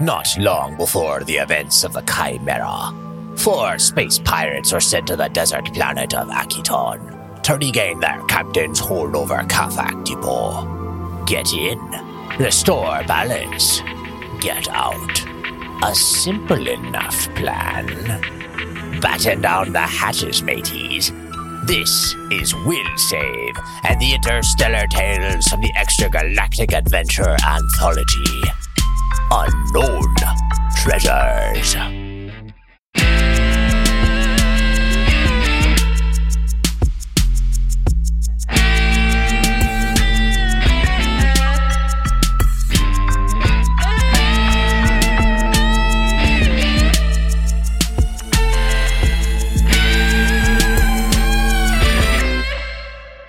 not long before the events of the Chimera. Four space pirates were sent to the desert planet of Akiton to regain their captain's hold over Kafak Depot. Get in, restore balance, get out. A simple enough plan. Batten down the hatches, mateys. This is Will Save and the Interstellar Tales from the Extragalactic Adventure Anthology. Unknown Treasures.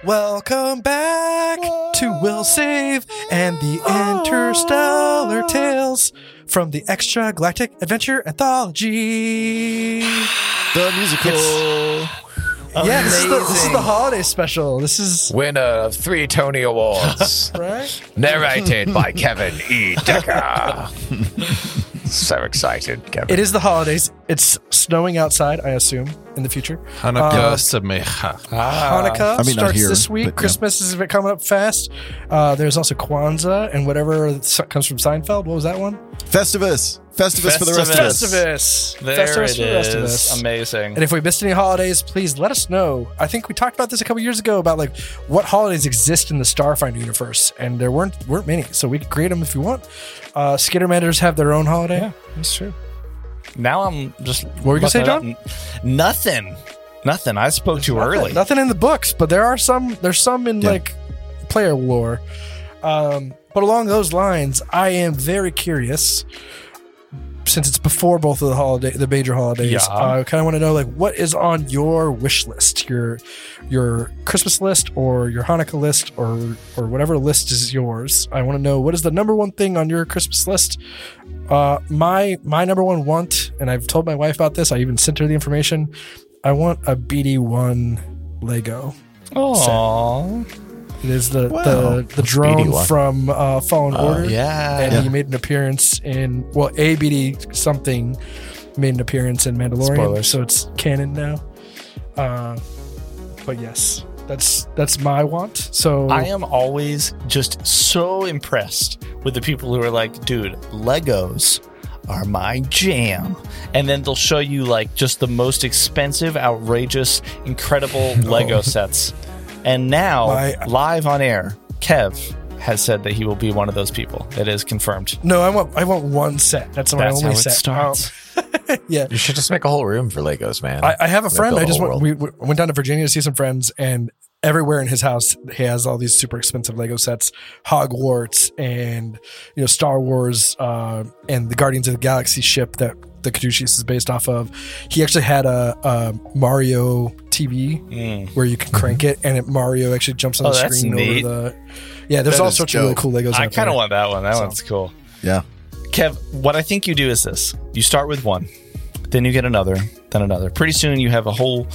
Welcome back to Will Save and the Ah. Interstellar Tales from the Extra Galactic Adventure Anthology. The musical. Yeah, this is, the, this is the holiday special. This is Winner of three Tony Awards. right. Narrated by Kevin E. Decker. so excited, Kevin. It is the holidays. It's snowing outside, I assume, in the future. Ah. Hanukkah Samecha. Hanukkah I mean, not starts here, this week. but yeah. Christmas is coming up fast. Uh, there's also Kwanzaa and whatever s- comes from Seinfeld. What was that one? Festivus. Festivus for the rest of us. Festivus. There Festivus it for the rest of is. us. Amazing. And if we missed any holidays, please let us know. I think we talked about this a couple years ago about like what holidays exist in the Starfinder universe, and there weren't weren't many, so we could create them if you want. Uh, Skittermanders have their own holiday. Yeah, that's true. now I'm just. What were you gonna say, John? Nothing. Nothing. I spoke too early. Nothing in the books, but there are some. There's some in Yeah. like player lore. Um, but along those lines, I am very curious. Since it's before both of the holiday, the major holidays, Yeah. I kind of want to know like what is on your wish list, your your Christmas list or your Hanukkah list or or whatever list is yours. I want to know what is the number one thing on your Christmas list uh, my my number one want, and I've told my wife about this. I even sent her the information. I want a BD one Lego. Aww. It is the Wow. the, the drone BD-1? from uh, Fallen Order, Yeah. and he made an appearance in well, a BD something made an appearance in Mandalorian, Spoilers. so it's canon now. Uh, but yes, that's that's my want. So I am always just so impressed with the people who are like, dude, Legos are my jam. And then they'll show you like just the most expensive, outrageous, incredible Lego sets. And now, My- live on air, Kev has said that he will be one of those people. It is confirmed. no, I want I want one set. That's my That's only how it set. Um, starts. yeah, you should just make a whole room for Legos, man. I, I have a Like friend. the I just whole went, world. we, we went down to Virginia to see some friends, and everywhere in his house, he has all these super expensive Lego sets, Hogwarts, and you know Star Wars, uh, and the Guardians of the Galaxy ship that the Caduceus is based off of. He actually had a, a Mario TV Mm. where you can crank it, and it, Mario actually jumps on Oh, the that's screen neat. over the. Yeah, there's That all is sorts of really dope. cool Legos. I out kind there. of want that one. That So- one's cool. Yeah. Kev, what I think you do is this: you start with one, then you get another, then another. Pretty soon, you have a whole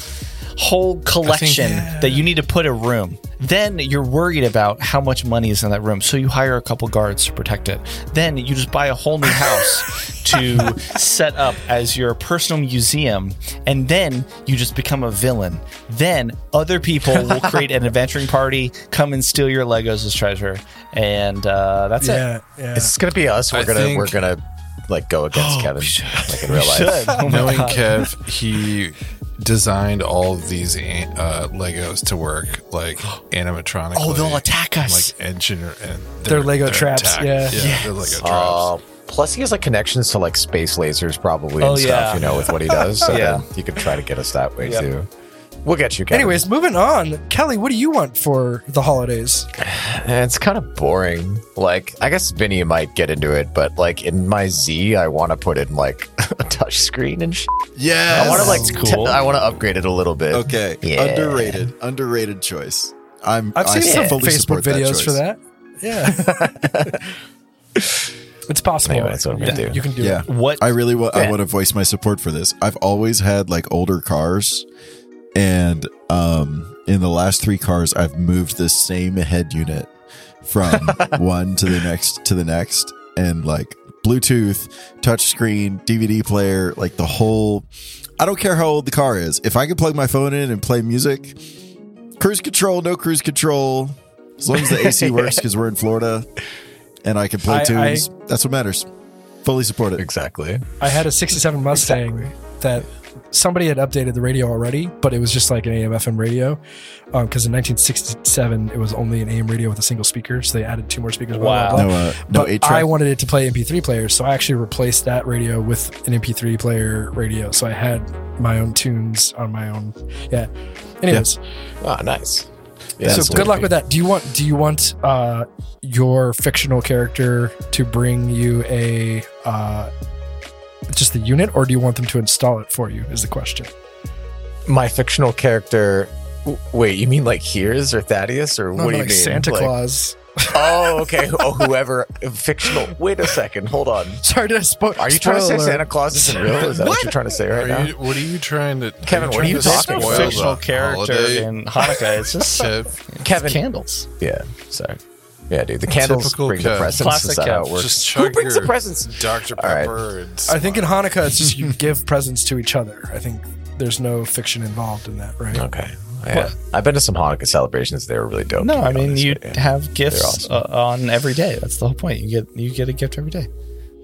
whole collection that you need to put a room. Then you're worried about how much money is in that room, so you hire a couple guards to protect it. Then you just buy a whole new house to set up as your personal museum, and then you just become a villain. Then other people will create an adventuring party, come and steal your Legos as treasure, and uh, that's it. Yeah, yeah. it's gonna be us. We're I gonna think- we're gonna like go against Kevin like in real life. Good. Oh my Knowing God. Kev, he designed all of these uh, Legos to work like animatronically. Oh, they'll attack us. Like engineer and They're Lego traps, yeah. yeah, they're Lego traps. Uh, plus, he has like connections to like space lasers, probably Oh, and yeah. stuff. You know, with what he does. So Yeah. yeah, you could try to get us that way Yep. too. We'll get you, Kevin. Anyways, moving on. Kelly, what do you want for the holidays? Eh, it's kind of boring. Like, I guess Vinny might get into it, but like in my Z, I want to put in like a touch screen and shit. Yes. I want to like, That's t- cool. I want to upgrade it a little bit. Okay. Yeah. Underrated. Underrated choice. I'm. I've I seen some fully Facebook support videos for choice. that. Yeah. it's possible. Anyway, that's what I'm gonna Yeah, do. You can do Yeah. it. What? I really want. I Yeah. want to voice my support for this. I've always had like older cars, and um, in the last three cars, I've moved the same head unit from one to the next to the next, and like Bluetooth, touchscreen, DVD player, like the whole. I don't care how old the car is. If I can plug my phone in and play music, cruise control, no cruise control, as long as the AC works because we're in Florida, and I can play I- I- tunes. that's what matters. Fully support it. Exactly. I had a 67 Mustang that somebody had updated the radio already, but it was just like an AM FM radio. Because in 1967, it was only an AM radio with a single speaker. So they added two more speakers. Wow. No, uh, no But eight I track. wanted it to play MP3 players, so I actually replaced that radio with an MP3 player radio. So I had my own tunes on my own. Yeah. Anyways, Ah, nice. That's so good luck with that. Do you want do you want uh, your fictional character to bring you a uh, just the unit, or do you want them to install it for you? Is the question. My fictional character. w- Wait, you mean like Hears or Thaddeus or No, what do you like mean? Santa Like- Claus. Oh, okay. Oh, whoever fictional. Wait a second. Hold on. Sorry, did I spoil? Are you trying to say spoiler. Santa Claus isn't real? Is that what, you're trying to say right Are now? you, what are you trying to, Kevin, what are you trying to talking There's about? spoil uh, the no fictional character holiday in Hanukkah. It's just to- Kevin. candles. yeah. Sorry. Yeah, dude. The candles Typical bring the Kev. presents. is Classic that how Kev. it works? Just Who chug brings your the presents? Dr. All right. Pepper. and I think in Hanukkah it's just you give presents to each other. I think there's no fiction involved in that, right? Okay. Yeah. I've been to some Hanukkah celebrations. They were really dope. No, to be I mean honest, you but yeah. have gifts awesome. uh, on every day. That's the whole point. You get you get a gift every day.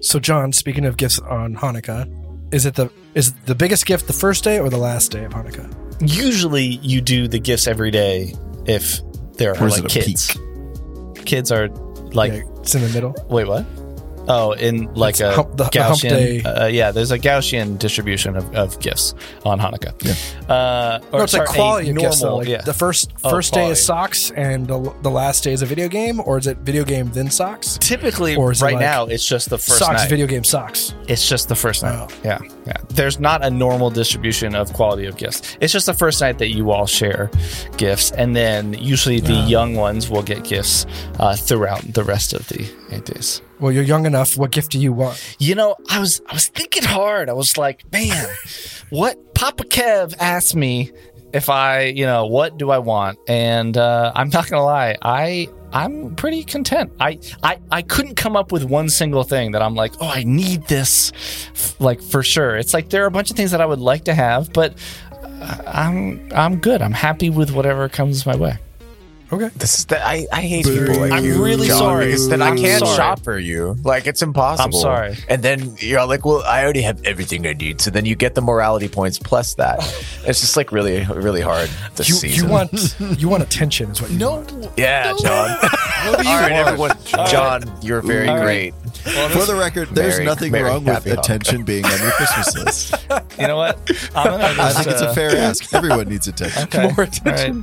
So, John, speaking of gifts on Hanukkah, is it the is the biggest gift the first day or the last day of Hanukkah? Usually, you do the gifts every day if there are Or is like it a kids. Kids are like yeah, it's in the middle. wait what? Oh, in like It's a hump- the- the hump Gaussian. day. uh, yeah, there's a Gaussian distribution of, of gifts on Hanukkah. Yeah. Uh, or No, it's like sorry, a quality of gifts. Though. normal- Like yeah. the first Oh, first day quality. is socks, and the, the last day is a video game, or is it video game then socks? Typically, or is it right like now, it's just the first socks, night. video game socks. It's just the first night. Oh. Yeah, yeah. There's not a normal distribution of quality of gifts. It's just the first night that you all share gifts, and then usually the young ones will get gifts uh, throughout the rest of the eight days. Well, you're young enough. What gift do you want? You know, I was I was thinking hard. I was like, man, what Papa Kev asked me if I, you know, what do I want? And uh, I'm not gonna lie, I I'm pretty content. I, I I couldn't come up with one single thing that I'm like, oh, I need this, f- like for sure. It's like there are a bunch of things that I would like to have, but uh, I'm I'm good. I'm happy with whatever comes my way. This is the, I, I hate people like I'm you. really John, sorry. because Then I'm I can't sorry. shop for you. Like it's impossible. I'm sorry. And then you're like, well, I already have everything I need. So then you get the morality points plus that. it's just like really, really hard this You, season. you want you want attention is what you want. yeah, John. All right, everyone. John, you're very great. For the record, there's Merry- nothing Merry wrong with Happy Hanukkah. attention being on your Christmas list. You know what? I'm gonna I just, think it's uh, a fair ask. Everyone needs attention. okay. All right.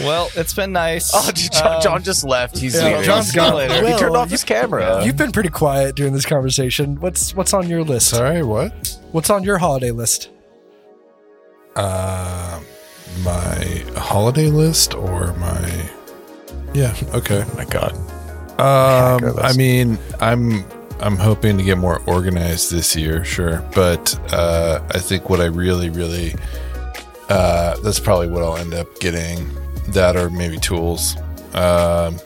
Well, it's been nice. Oh, dude, John, Um, John just left. He's yeah, leaving. John's gone. He Well, turned off his camera. You've been pretty quiet during this conversation. What's what's on your list? Sorry, what? What's on your holiday list? Uh, my holiday list or my. Yeah, okay. oh my God. Um, I list. mean, I'm I'm hoping to get more organized this year, sure, but uh, I think what I really, really uh, that's probably what I'll end up getting. That or maybe tools. Um,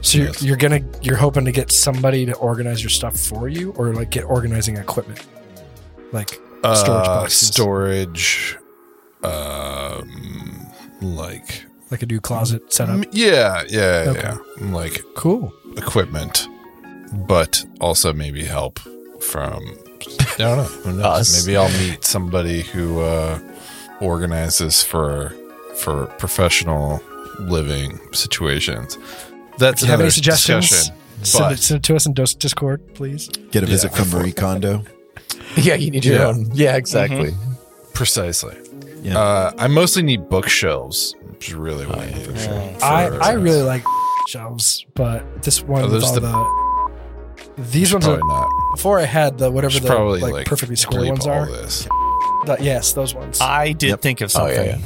So you're, Yes. you're gonna you're hoping to get somebody to organize your stuff for you, or like get organizing equipment, like storage uh, boxes, storage, um, like like a new closet setup. Mm. m- yeah, yeah, Okay. yeah, like Cool. equipment, but also maybe help from I don't know. Who knows? Us. Maybe I'll meet somebody who uh, organizes for for professional living situations. That's Do you have any another suggestions? discussion, Send, it, but send it to us in Dos- Discord, please. Get a visit from Marie Kondo. Yeah, you need your Yeah. own. Yeah, exactly. precisely. Yeah. Uh, I mostly need bookshelves. Which is really what I need for sure. I, For- I really like shelves, but this one Are with those all the- the these ones are probably not. before I had the whatever Should the probably like, like, perfectly square bleep ones all are. This. The- yes, those ones. I did Yep. think of Oh, something. yeah, yeah.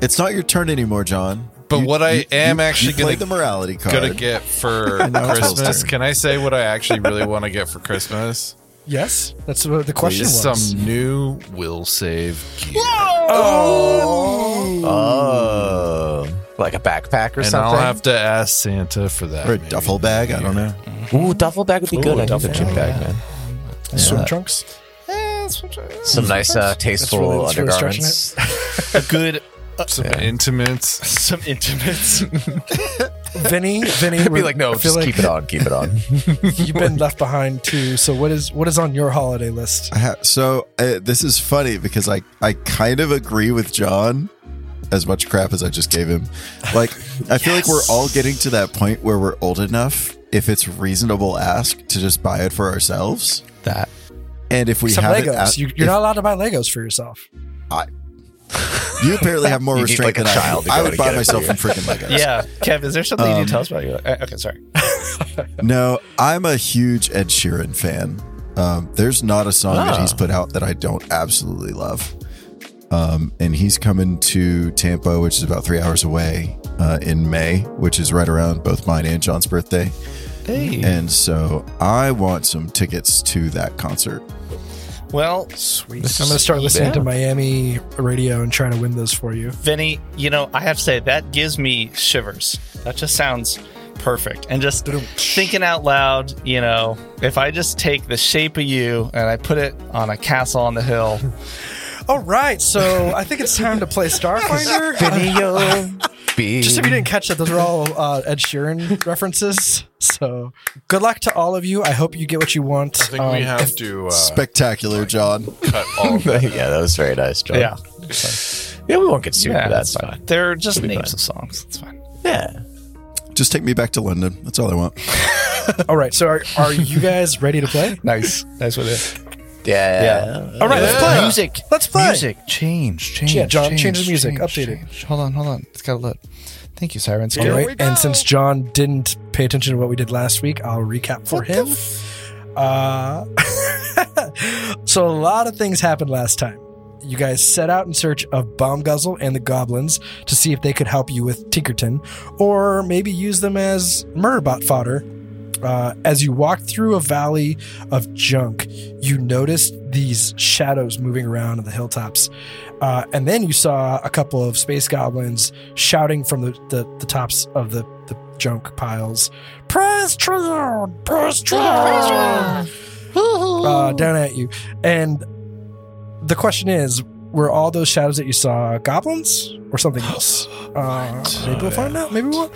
It's not your turn anymore, John. But what I am you- actually you played gonna- the morality card. Gonna get for Now it's Will's Christmas. turn. Can I say what I actually really want to get for Christmas? yes, that's what the question Is was. some new will save gear. Oh. like a backpack or and something. I'll have to ask Santa for that. Or a maybe. duffel bag? I don't know. Ooh, duffel bag would be good. Ooh, I need a duffel gym bag. bag, man. Swim trunks. Some nice, uh, tasteful really- that's really stretching undergarments. A good Some intimates. some intimates. Vinny, Vinny, I'd be we're- like, no, I feel just keep it on, keep it on. You've been left behind too. So what is what is on your holiday list? I ha- so uh, this is funny because I I kind of agree with John as much crap as I just gave him. Like I feel like we're all getting to that point where we're old enough if it's reasonable ask to just buy it for ourselves. that And if we Some have Legos. it out- you, you're not allowed to buy Legos for yourself. if- you apparently have more You need, restraint like, a than child to I. I go would to buy get it myself for some freaking Legos. yeah. Kev, is there something you need Um, to tell us about your? uh, Okay, sorry. No, I'm a huge Ed Sheeran fan. Um, there's not a song that Ah. he's put out that I don't absolutely love. Um, and he's coming to Tampa, which is about three hours away uh, in May, which is right around both mine and John's birthday. Hey. And so I want some tickets to that concert. Uh. Well, Sweet. I'm going to start listening Yeah. to Miami radio and try to win those for you. Vinny, you know, I have to say that gives me shivers. That just sounds perfect. And just thinking out loud, you know, if I just take the shape of you and I put it on a castle on the hill, All right, so I think it's time to play Starfinder. Be Just if you didn't catch that, those are all uh, Ed Sheeran references. So good luck to all of you. I hope you get what you want. Um, I think Um, we have to uh, Spectacular, John. cut all of that. yeah, that was very nice, John. yeah, yeah, we won't get sued yeah, for that. It's that's fine. fine. They're just It'll be names fine. of songs. That's fine. Yeah, Just take me back to London. That's all I want. All right, so are, are you guys ready to play? Nice, nice with it. yeah, All right, let's play. Music, Let's play. Music, change, change. Yeah, John, change the music, update it. change. Hold on, hold on. It's got to load. Thank you, Sirens. All right, and since John didn't pay attention to what we did last week, I'll recap for him. uh, so a lot of things happened last time. You guys set out in search of Bombguzzle and the goblins to see if they could help you with Tinkerton, or maybe use them as murderbot fodder. Uh, as you walked through a valley of junk, you noticed these shadows moving around on the hilltops. Uh, and then you saw a couple of space goblins shouting from the, the, the tops of the, the junk piles Press Trion! Press Trion! Uh, down at you. And the question is were all those shadows that you saw goblins or something else? Uh, maybe we'll find out. Maybe we won't.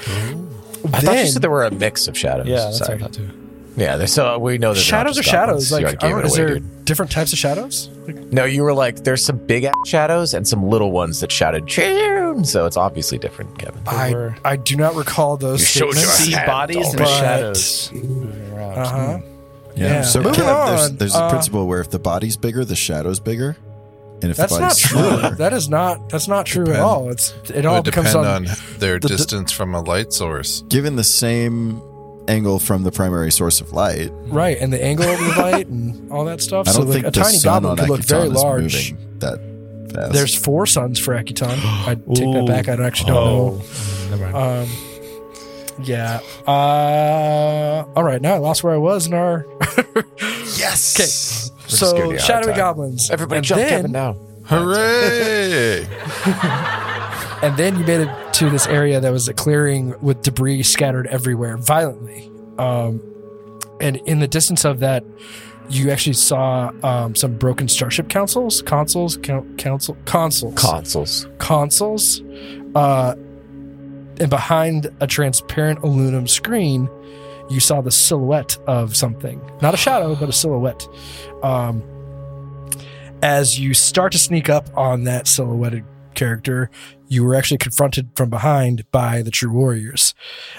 I thought Then- you said there were a mix of shadows. Yeah, that's Sorry. what I thought too. yeah. there's- So we know there's shadows are not just shadows. goblins. You Like, already I gave don't- it is away, there dude. different types of shadows? No, you were like, there's some big ass shadows and some little ones that shouted "Chim!" So it's obviously different, Kevin. I, were- I do not recall those You showed statements. your See hand bodies and already. shadows moving around. Uh-huh. Yeah. Yeah. So Moving Kev, there's, on. there's a Uh, principle where if the body's bigger, the shadow's bigger. And if That's the not body's true. smaller, that is not that's not true at Depend- all. It's it It all would becomes depend on, on their the- the- distance from a light source. given the same angle from the primary source of light, right and the angle of the light and all that stuff. I so don't like think a the tiny sun goblin on could look Akutan very is large. moving that fast. There's four suns for Akutan. I take that back. I don't actually don't know. Oh, Um, yeah. Uh, all right. Now I lost where I was in our. yes. Okay. just So giving you a hard shadowy time. goblins. Everybody And jump then- Kevin now. Hooray! And then you made it to this area that was a clearing with debris scattered everywhere violently. Um, and in the distance of that, you actually saw um, some broken starship councils, consoles, coun council, consoles, Consoles. consoles. Uh, and behind a transparent aluminum screen, you saw the silhouette of something. Not a shadow, but a silhouette. Um, as you start to sneak up on that silhouetted character, you were actually confronted from behind by the True Warriors.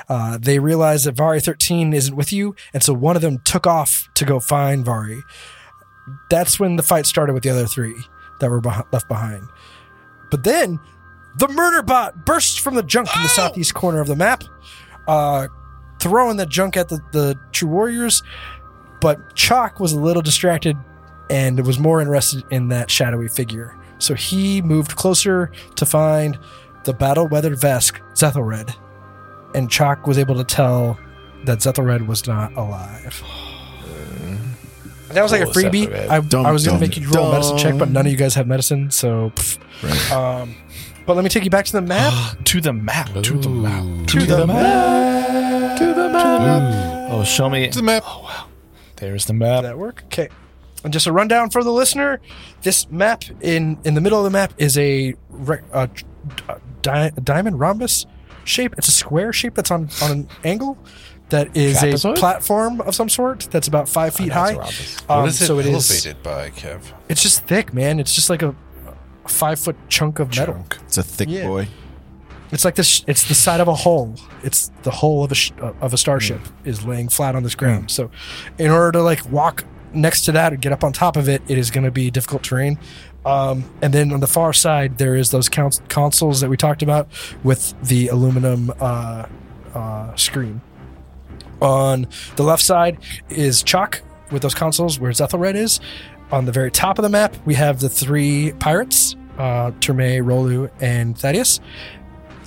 Uh, they realized that Vari 13 isn't with you, and so one of them took off to go find Vari. That's when the fight started with the other three that were beh- left behind. But then the murder bot bursts from the junk in the southeast corner of the map, uh, throwing the junk at the, the True Warriors. But Chalk was a little distracted and was more interested in that shadowy figure. So he moved closer to find the battle weathered Vesk, Zethelred. And Chalk was able to tell that Zethelred was not alive. That was like a Oh, freebie. Zethelred. I, Dum, I was going dum, to make you roll a medicine check, but none of you guys have medicine, so. pff. Right. Um, But let me take you back to the map. to the map. To the map. Ooh. To the map. to the map. Oh, show me. The map. There's the map. Did that work? Okay. And just a rundown for the listener: this map in in the middle of the map is a, re- a, tr- a di- a diamond rhombus shape. It's a square shape that's on on an angle. That is a Trapezoid? platform of some sort that's about five feet high. Um, what is it so it is- elevated by, Kev? It's just thick, man. It's just like a, a five foot chunk of metal. Chunk. It's a thick Yeah. boy. It's like this. It's the side of a hole. It's the hull of a sh- of a starship is laying flat on this ground. So, in order to like walk next to that or get up on top of it, it is going to be difficult terrain. Um, and then on the far side, there is those cons- consoles that we talked about with the aluminum uh, uh, screen. On the left side is Chalk with those consoles where Zethelred is. On the very top of the map, we have the three pirates, uh, Terme, Rolu, and Thaddeus.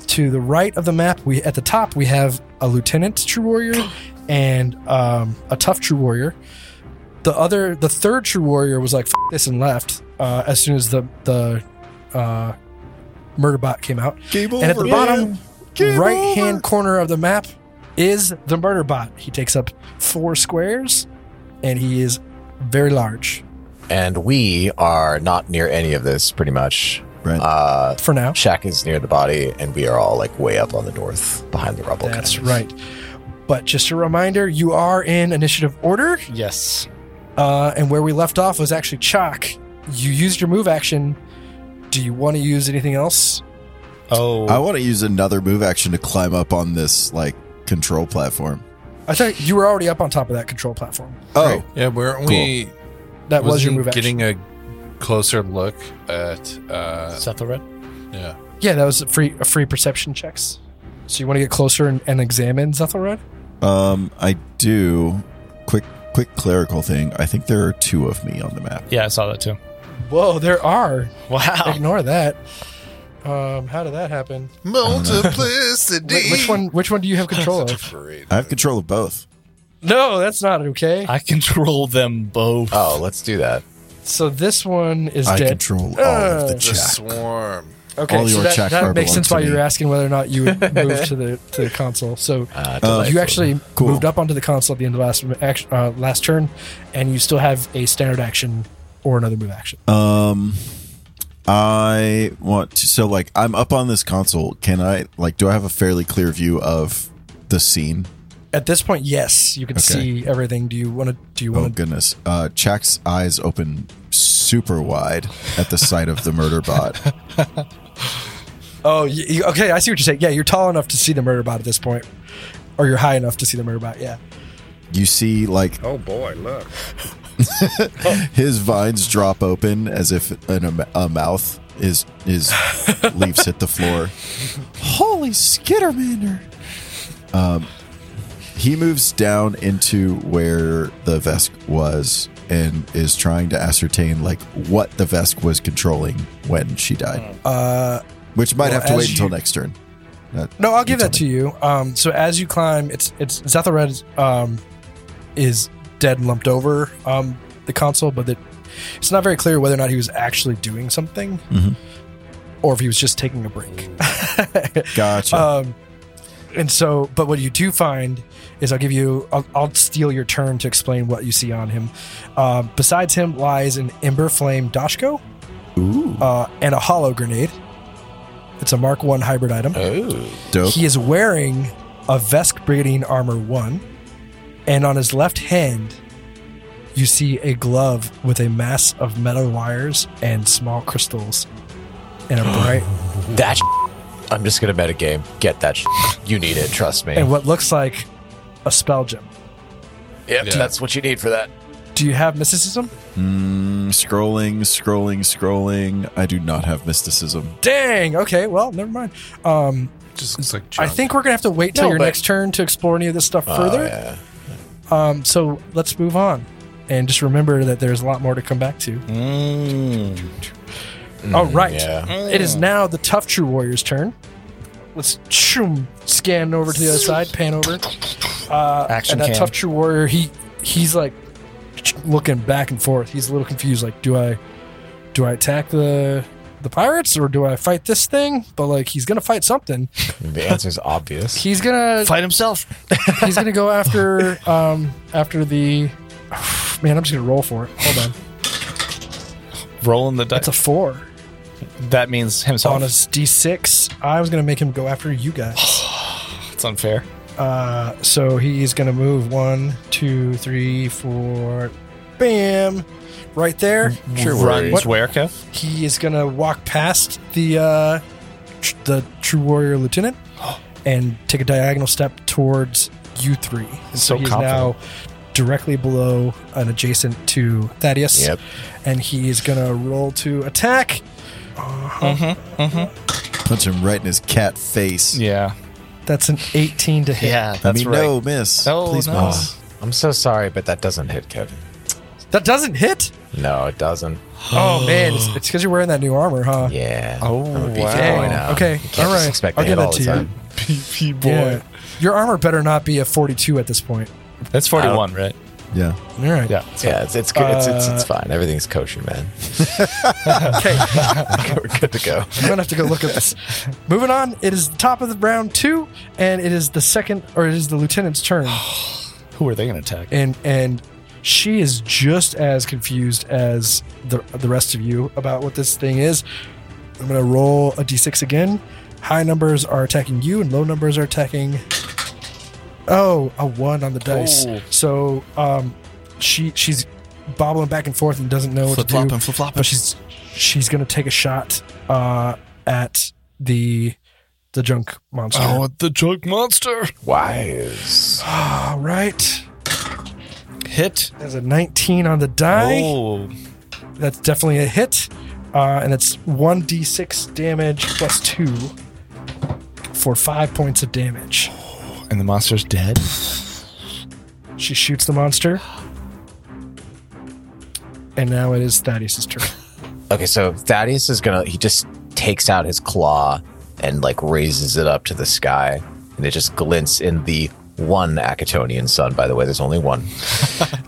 To the right of the map, we at the top we have a lieutenant true warrior and um, a tough true warrior. The other, the third true warrior was like F- this and left uh, as soon as the the uh, murder bot came out. Game And at the over, bottom man. Game right hand over. corner of the map is the murder bot. He takes up four squares and he is very large And we are not near any of this, pretty much. Right. Uh, for now. Shaq is near the body, and we are all like way up on the north behind the rubble. That's kind of. right. But just a reminder, you are in initiative order. Yes. Uh, and where we left off was actually Chalk. You used your move action. Do you want to use anything else? Oh. I want to use another move action to climb up on this like control platform. I thought you were already up on top of that control platform. Oh, Right. Yeah, weren't we? That was your wasn't move action. Getting a closer look at. Uh, Zethelred? yeah. yeah, that was a free a free perception checks. So you want to get closer and, and examine Zethelred? um, I do. Quick, quick clerical thing. I think there are two of me on the map. Yeah, I saw that too. Whoa, there are. Wow. Ignore that. Um, how did that happen? Multiplicity. Wh- which one? Which one do you have control Such a of? parade. I have control of both. No, that's not okay. I control them both. Oh, let's do that. So this one is I dead. control all of Ah, the Uh, The chat. swarm. okay, all so your that, check that are makes belong sense to why me. you're asking whether or not you would move to the to the console. So Uh, you delightful. actually Cool. moved up onto the console at the end of last action, uh, last turn, and you still have a standard action or another move action. Um, I want to. So, like, I'm up on this console. Can I, like, do I have a fairly clear view of the scene? At this point, yes, you can Okay. see everything. Do you want to? Do you Oh, want to? goodness. Uh, Chak's eyes open super wide at the sight of the murder bot. Oh, y you, okay. I see what you're saying. Yeah, you're tall enough to see the murder bot at this point, or you're high enough to see the murder bot. Yeah. You see, like, Oh boy, look. his vines drop open as if an, a, a mouth is is leaves hit the floor. Holy Skittermander! Um, he moves down into where the Vesk was and is trying to ascertain like what the Vesk was controlling when she died, Uh, which might Well, have to as wait until you- next turn. That- No, I'll you give that tell to you. Um, so as you climb, it's it's Zethelred um, is dead and lumped over um, the console, but it, it's not very clear whether or not he was actually doing something, Mhm. or if he was just taking a break. me. Gotcha. um, and so, but what you do find is, I'll give you, I'll, I'll steal your turn to explain what you see on him. Um besides him lies an ember flame Dashko Ooh, uh, and a hollow grenade. It's a Mark One hybrid item. Oh. dope. He is wearing a Vesk Brigandine Armor 1, and on his left hand, you see a glove with a mass of metal wires and small crystals. And a bright, That. sh- I'm just gonna bet a game. Get that. Sh- you need it. Trust me. and what looks like a spell gem. Yep, Yeah. that's what you need for that. Do you have mysticism? Mm, scrolling, scrolling, scrolling. I do not have mysticism. Dang. Okay. Well, never mind. Um, Just looks like I junk. think we're gonna have to wait till No, your but- next turn to explore any of this stuff further. Oh, yeah. Um, so let's move on, and just remember that there's a lot more to come back to. Mm. All right. yeah. It is now the tough true warrior's turn. Let's shoom, scan over to the other side, pan over. Uh, Action and that cam. tough true warrior, he he's like ch- looking back and forth. He's a little confused. Like, do I do I attack the the pirates or do I fight this thing? But like he's gonna fight something. The answer's obvious. He's gonna Fight himself. he's gonna go after um after the man. I'm just gonna roll for it. Hold on, Rolling the dice. it's a four that means himself. on a d6. I was gonna make him go after you guys. It's unfair. Uh, so he's gonna move one, two, three, four, bam, right there. Sure Runs worries. where, Kev? He is gonna walk past the uh, tr- the true warrior lieutenant and take a diagonal step towards you three. And So he's confident. now directly below and adjacent to Thaddeus. Yep. And he is gonna roll to attack. Punch him right in his cat face. Yeah. That's an 18 to hit. Yeah, I that's mean, right. no, miss. Oh, Please, no. miss. I'm so sorry, but that doesn't hit Kevin. That doesn't hit. No, it doesn't. Oh man, it's because you're wearing that new armor, huh? Yeah. Oh, I'm a BK wow. boy now. Okay, You can't all just right. expect I'll to give hit that all to the you. time. PP Yeah. Your armor better not be a 42 at this point. That's 41, right? Ah, Yeah. All right. Yeah. Yeah, it's it's good. it's, it's it's fine. Everything's kosher, man. Okay. We're good to go. I'm gonna have to go look at this. Moving on, it is the top of the round two, and it is the second, or it is the lieutenant's turn, Who are they going to attack? and and she is just as confused as the the rest of you about what this thing is. I'm gonna roll a d6 again. High numbers are attacking you, and low numbers are attacking. Oh, a one on the dice. Oh. So um, she she's bobbling back and forth and doesn't know what to do. flip flopping. but she's she's gonna take a shot uh, at the the junk monster. Oh, I want the junk monster. Wise. All right, Hit. there's a 19 on the die. Oh, That's definitely a hit, uh, and it's one d6 damage plus two for five points of damage. and the monster's dead. She shoots the monster, and now it is Thaddeus' turn. Okay, so Thaddeus is gonna. He just takes out his claw and like raises it up to the sky, and it just glints in the one Acatonian sun. By the way, there's only one.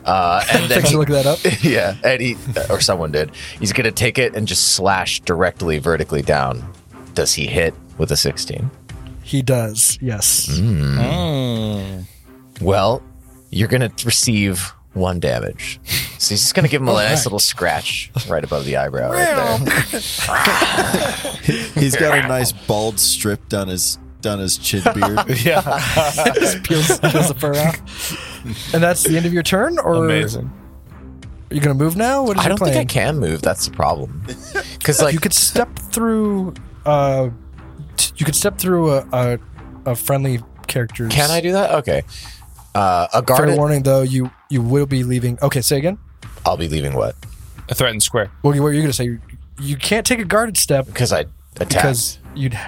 Uh, and then Thanks he- for looking that up. yeah, and he or someone did. He's gonna take it and just slash directly vertically down. Does he hit with a sixteen? He does, yes. Mm. Well, you're gonna receive one damage. So he's just gonna give him a nice right. little scratch right above the eyebrow right there. He's got a nice bald strip down his down his chin beard. Yeah. peels, peels the fur off. And that's the end of your turn, or Amazing. Are you gonna move now? What is I your don't plan? think I can move. That's the problem. Because like You could step through. Uh, t- you could step through a, a, a friendly character's. Can I do that? Okay. Uh, a Fair guard. warning, though, you you will be leaving. Okay, say again. I'll be leaving what? A threatened square. Well, you- what are you gonna say? You, you can't take a guarded step Because I attacked. because you'd.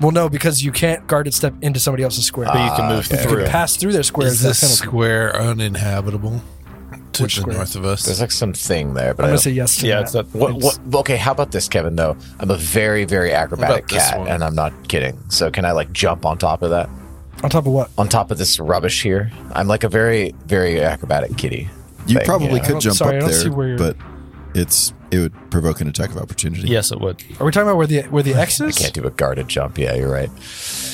Well, no, because you can't guarded step into somebody else's square. But you can move if you through. could pass through their square, Ah, Is is that this penalty? square uninhabitable to Which the square? north of us? There's like some thing there, but I'm I gonna don't- say yes. To Yeah, that. it's that. What, what, okay, how about this, Kevin? Though I'm a very, very acrobatic about this cat, one? and I'm not kidding. So can I like jump on top of that, on top of what? on top of this rubbish here? I'm like a very, very acrobatic kitty. You thing, probably yeah. I don't- could jump sorry, I up don't there, see where you're- but it's it would provoke an attack of opportunity. Yes, it would. Are we talking about where the where the X is? Can't do a guarded jump. Yeah, you're right.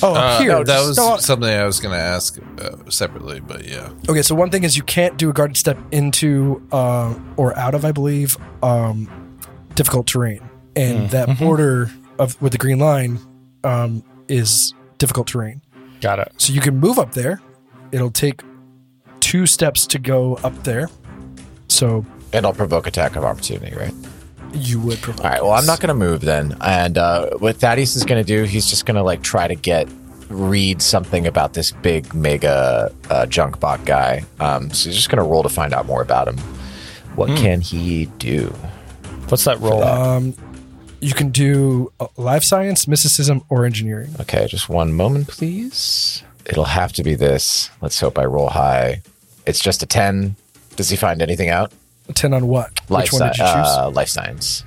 Oh, up Uh, here. no, that Just- was no, something I was going to ask uh, separately, but yeah. Okay, so one thing is you can't do a guarded step into uh, or out of, I believe, um, difficult terrain, Mm. and Mm-hmm. that border of with the green line um, is difficult terrain. Got it. So you can move up there. It'll take two steps to go up there. So And I'll provoke attack of opportunity, right? you would. Provoke. All right. Well, I'm not going to move then. And uh, what Thaddeus is going to do, he's just going to like try to get read something about this big mega uh, junk bot guy. Um, so he's just going to roll to find out more about him. What Hmm. can he do? What's that roll? You can do uh, life science, mysticism, or engineering. Okay, just one moment, please. It'll have to be this. Let's hope I roll high. It's just a ten. Does he find anything out? Ten on what? Life Which one did sci- you choose? Uh, life science.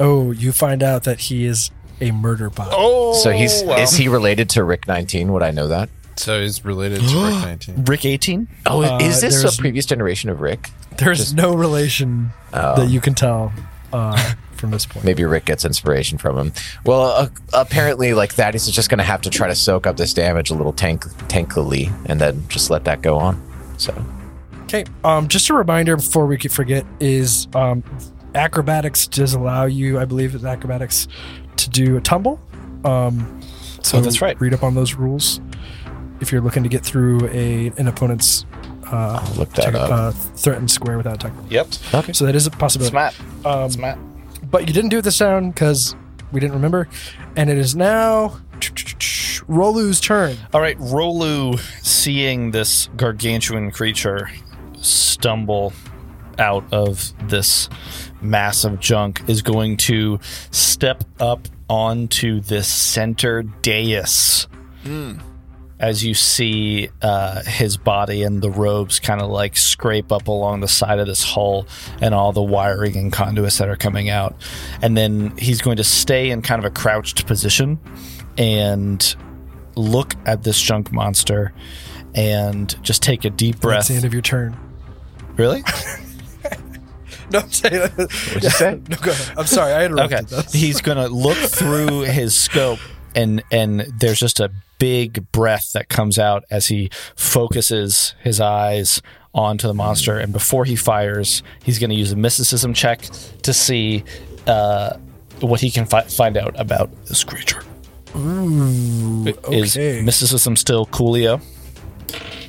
oh, you find out that he is a murder bot. oh, So he's is he related to Rick nineteen? Would I know that? So he's related to Rick 19. Rick 18? Oh, is this Uh, there's- a previous generation of Rick? um, There's no relation that you can tell uh, from this point. Maybe Rick gets inspiration from him. Well, uh, apparently, like Thaddeus is just going to have to try to soak up this damage a little tank tankily, and then just let that go on. So Okay. Um, just a reminder before we could forget is um, acrobatics does allow you, I believe, it's acrobatics to do a tumble. Um, so Oh, that's right. Read up on those rules if you're looking to get through a an opponent's uh, I'll look that Oh. tech- up. uh, threatened square without tackle. Yep. Okay. So that is a possibility. Smart. Um, Smart. but you didn't do it this round because we didn't remember, and it is now Rolu's turn. All right, Rolu, seeing this gargantuan creature stumble out of this mass of junk, is going to step up onto this center dais. As you see uh, his body and the robes kind of like scrape up along the side of this hull and all the wiring and conduits that are coming out. And then he's going to stay in kind of a crouched position and look at this junk monster and just take a deep That's breath. the end of your turn. Really? No, I'm saying. What'd you say? no, go ahead. I'm sorry. I interrupted. Okay. He's going to look through his scope and and there's just a big breath that comes out as he focuses his eyes onto the monster and before he fires, he's going to use a mysticism check to see uh, what he can fi- find out about this creature. Ooh, Is okay. mysticism still Coolio?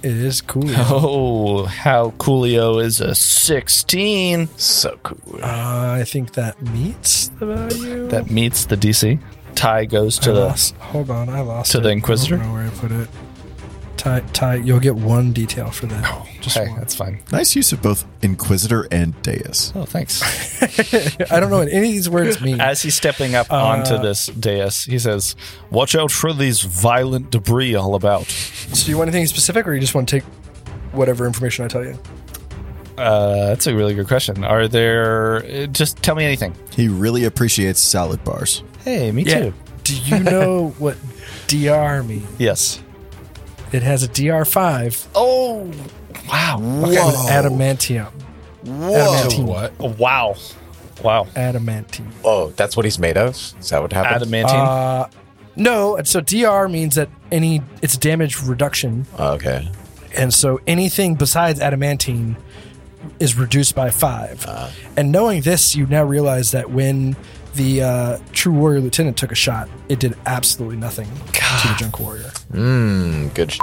It is cool. Oh, how Coolio is a 16. so cool. Uh, I think that meets the value. That meets the DC. Tie goes to I the. lost. Hold on, I lost. to it. the Inquisitor? I don't know where I put it. Ty, Ty, you'll get one detail for that. Just Hey, one. that's fine. Nice use of both Inquisitor and Deus. Oh, thanks. I don't know what any of these words mean. As he's stepping up onto this dais, he says, Watch out for these violent debris all about. so, do you want anything specific, or you just want to take whatever information I tell you? Uh, that's a really good question. Are there. uh, Just tell me anything. He really appreciates salad bars. Hey, me too. Do you know what DR means? Yes. It has a DR five. Oh wow! Okay. With adamantium. Adamantium. What? Wow. Wow. Adamantium. Oh, that's what he's made of. Is that what happened? Adamantine. Uh, no, and so DR means that any it's damage reduction, Oh, okay. and so anything besides adamantine is reduced by five. and knowing this, you now realize that when the uh, True Warrior Lieutenant took a shot, it did absolutely nothing to the Junk Warrior. Mmm. Good. Sh-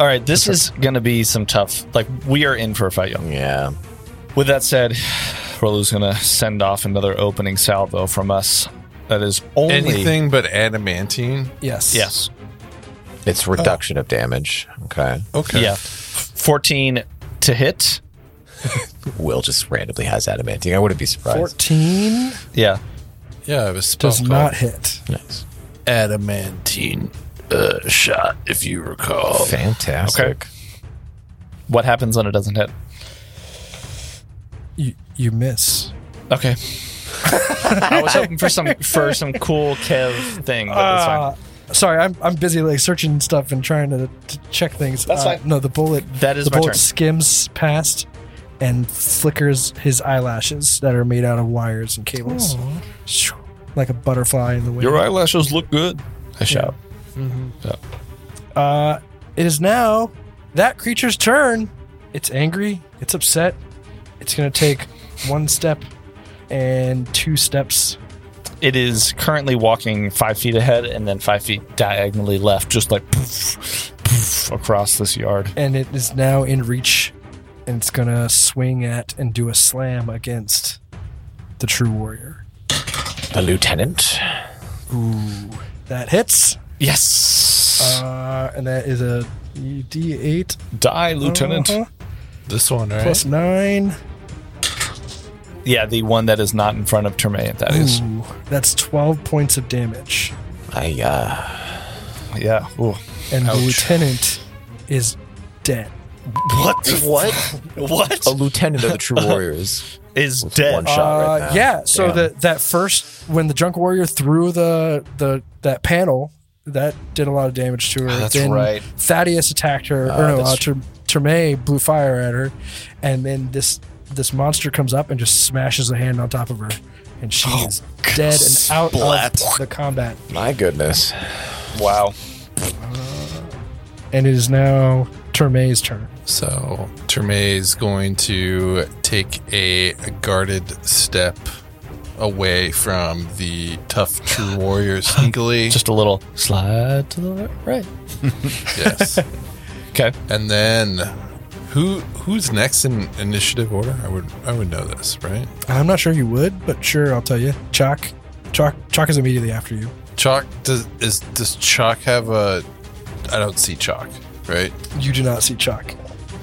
all right, this is going to be some tough. Like, we are in for a fight, y'all. yeah. With that said, Rolu's going to send off another opening salvo from us. That is only. Anything but adamantine. Yes. Yes. It's Oh. reduction of damage. Okay. Okay. Yeah. 14 to hit. Will just randomly has adamantine. I wouldn't be surprised. Fourteen Yeah. Yeah, it was spell does called not hit. Nice. adamantine uh, shot, if you recall. Fantastic. What happens when it doesn't hit? You you miss. Okay. I was hoping for some for some cool Kev thing, but that's fine. Uh, sorry, I'm, I'm busy like searching stuff and trying to, to check things. That's Uh, fine. No, the bullet That is the my bullet turn. skims past and flickers his eyelashes that are made out of wires and cables, Shoo, like a butterfly in the wind. eyelashes look good. I shout. Uh, it is now that creature's turn. It's angry. It's upset. It's gonna take one step and two steps. It is currently walking five feet ahead and then five feet diagonally left, just like poof, poof, across this yard. and it is now in reach and it's gonna swing at and do a slam against the true warrior The lieutenant. that hits Yes. uh, and that is a d8 Die, Lieutenant. uh-huh, This one, right? plus 9 Yeah, the one that is not in front of Tremaine. That is. Ooh, that's 12 points of damage I uh. Yeah. Ooh. and the Ouch. lieutenant is dead What? What? what? A lieutenant of the True Warriors. Is With dead. one shot right Uh, now. yeah. So Damn. that that first when the drunk warrior threw the the that panel that did a lot of damage to her. that's then right. Thaddeus attacked her. or no, uh, that's Ter- Terme blew fire at her, and then this this monster comes up and just smashes a hand on top of her, and she's dead and out of the combat. My goodness. Wow. And it is now Terme's turn. So Termay's going to take a guarded step away from the tough true warrior sneakily. Just a little slide to the right. yes. Okay. And then who who's next in initiative order? I would I would know this, right? I'm not sure you would, but sure, I'll tell you. Chalk, Chalk, Chalk is immediately after you. Chalk does is does Chalk have a I don't see Chalk, right? You do not see Chalk.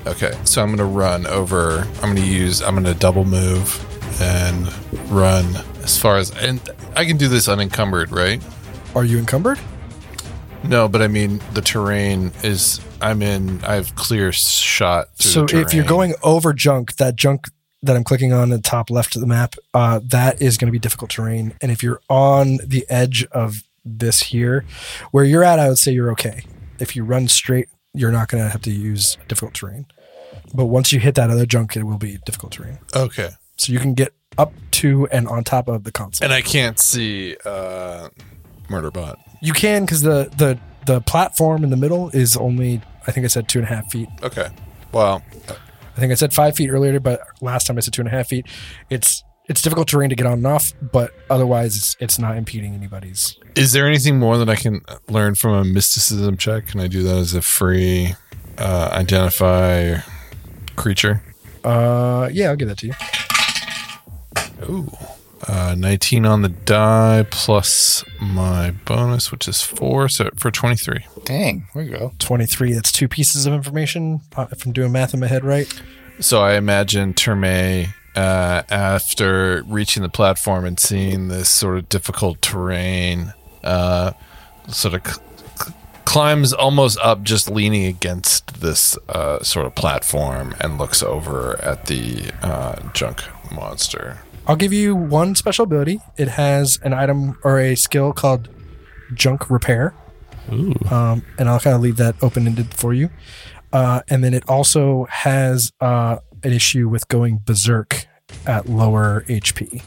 Okay. So I'm gonna run over I'm gonna use I'm gonna double move and run as far as and I can do this unencumbered, right? Are you encumbered? No, but I mean the terrain is I'm in I have clear shot through so the terrain. if you're going over junk, that junk that I'm clicking on in the top left of the map, uh, that is going to be difficult terrain. And if you're on the edge of this here, where you're at, I would say you're okay. If you run straight, you're not going to have to use difficult terrain. But once you hit that other junk, it will be difficult terrain. Okay. So you can get up to and on top of the console. And I can't see uh Murderbot. You can because the the the platform in the middle is only I think I said two and a half feet. Okay. Well, I think I said five feet earlier, but last time I said two and a half feet. It's it's difficult terrain to get on and off, but otherwise it's it's not impeding anybody's. Is there anything more that I can learn from a mysticism check? Can I do that as a free uh, identify creature? Uh, yeah, I'll give that to you. Ooh. Uh, 19 on the die plus my bonus, which is four, so for 23. Dang. There you go. Twenty three. That's two pieces of information. uh, If I'm doing math in my head right, So I imagine Terme, uh, after reaching the platform and seeing this sort of difficult terrain, uh, sort of c- c- climbs almost up, just leaning against this uh, sort of platform, and looks over at the uh, junk monster. I'll give you one special ability. It has an item or a skill called Junk Repair. Um, and I'll kind of leave that open ended for you. Uh, and then it also has uh, an issue with going berserk at lower HP.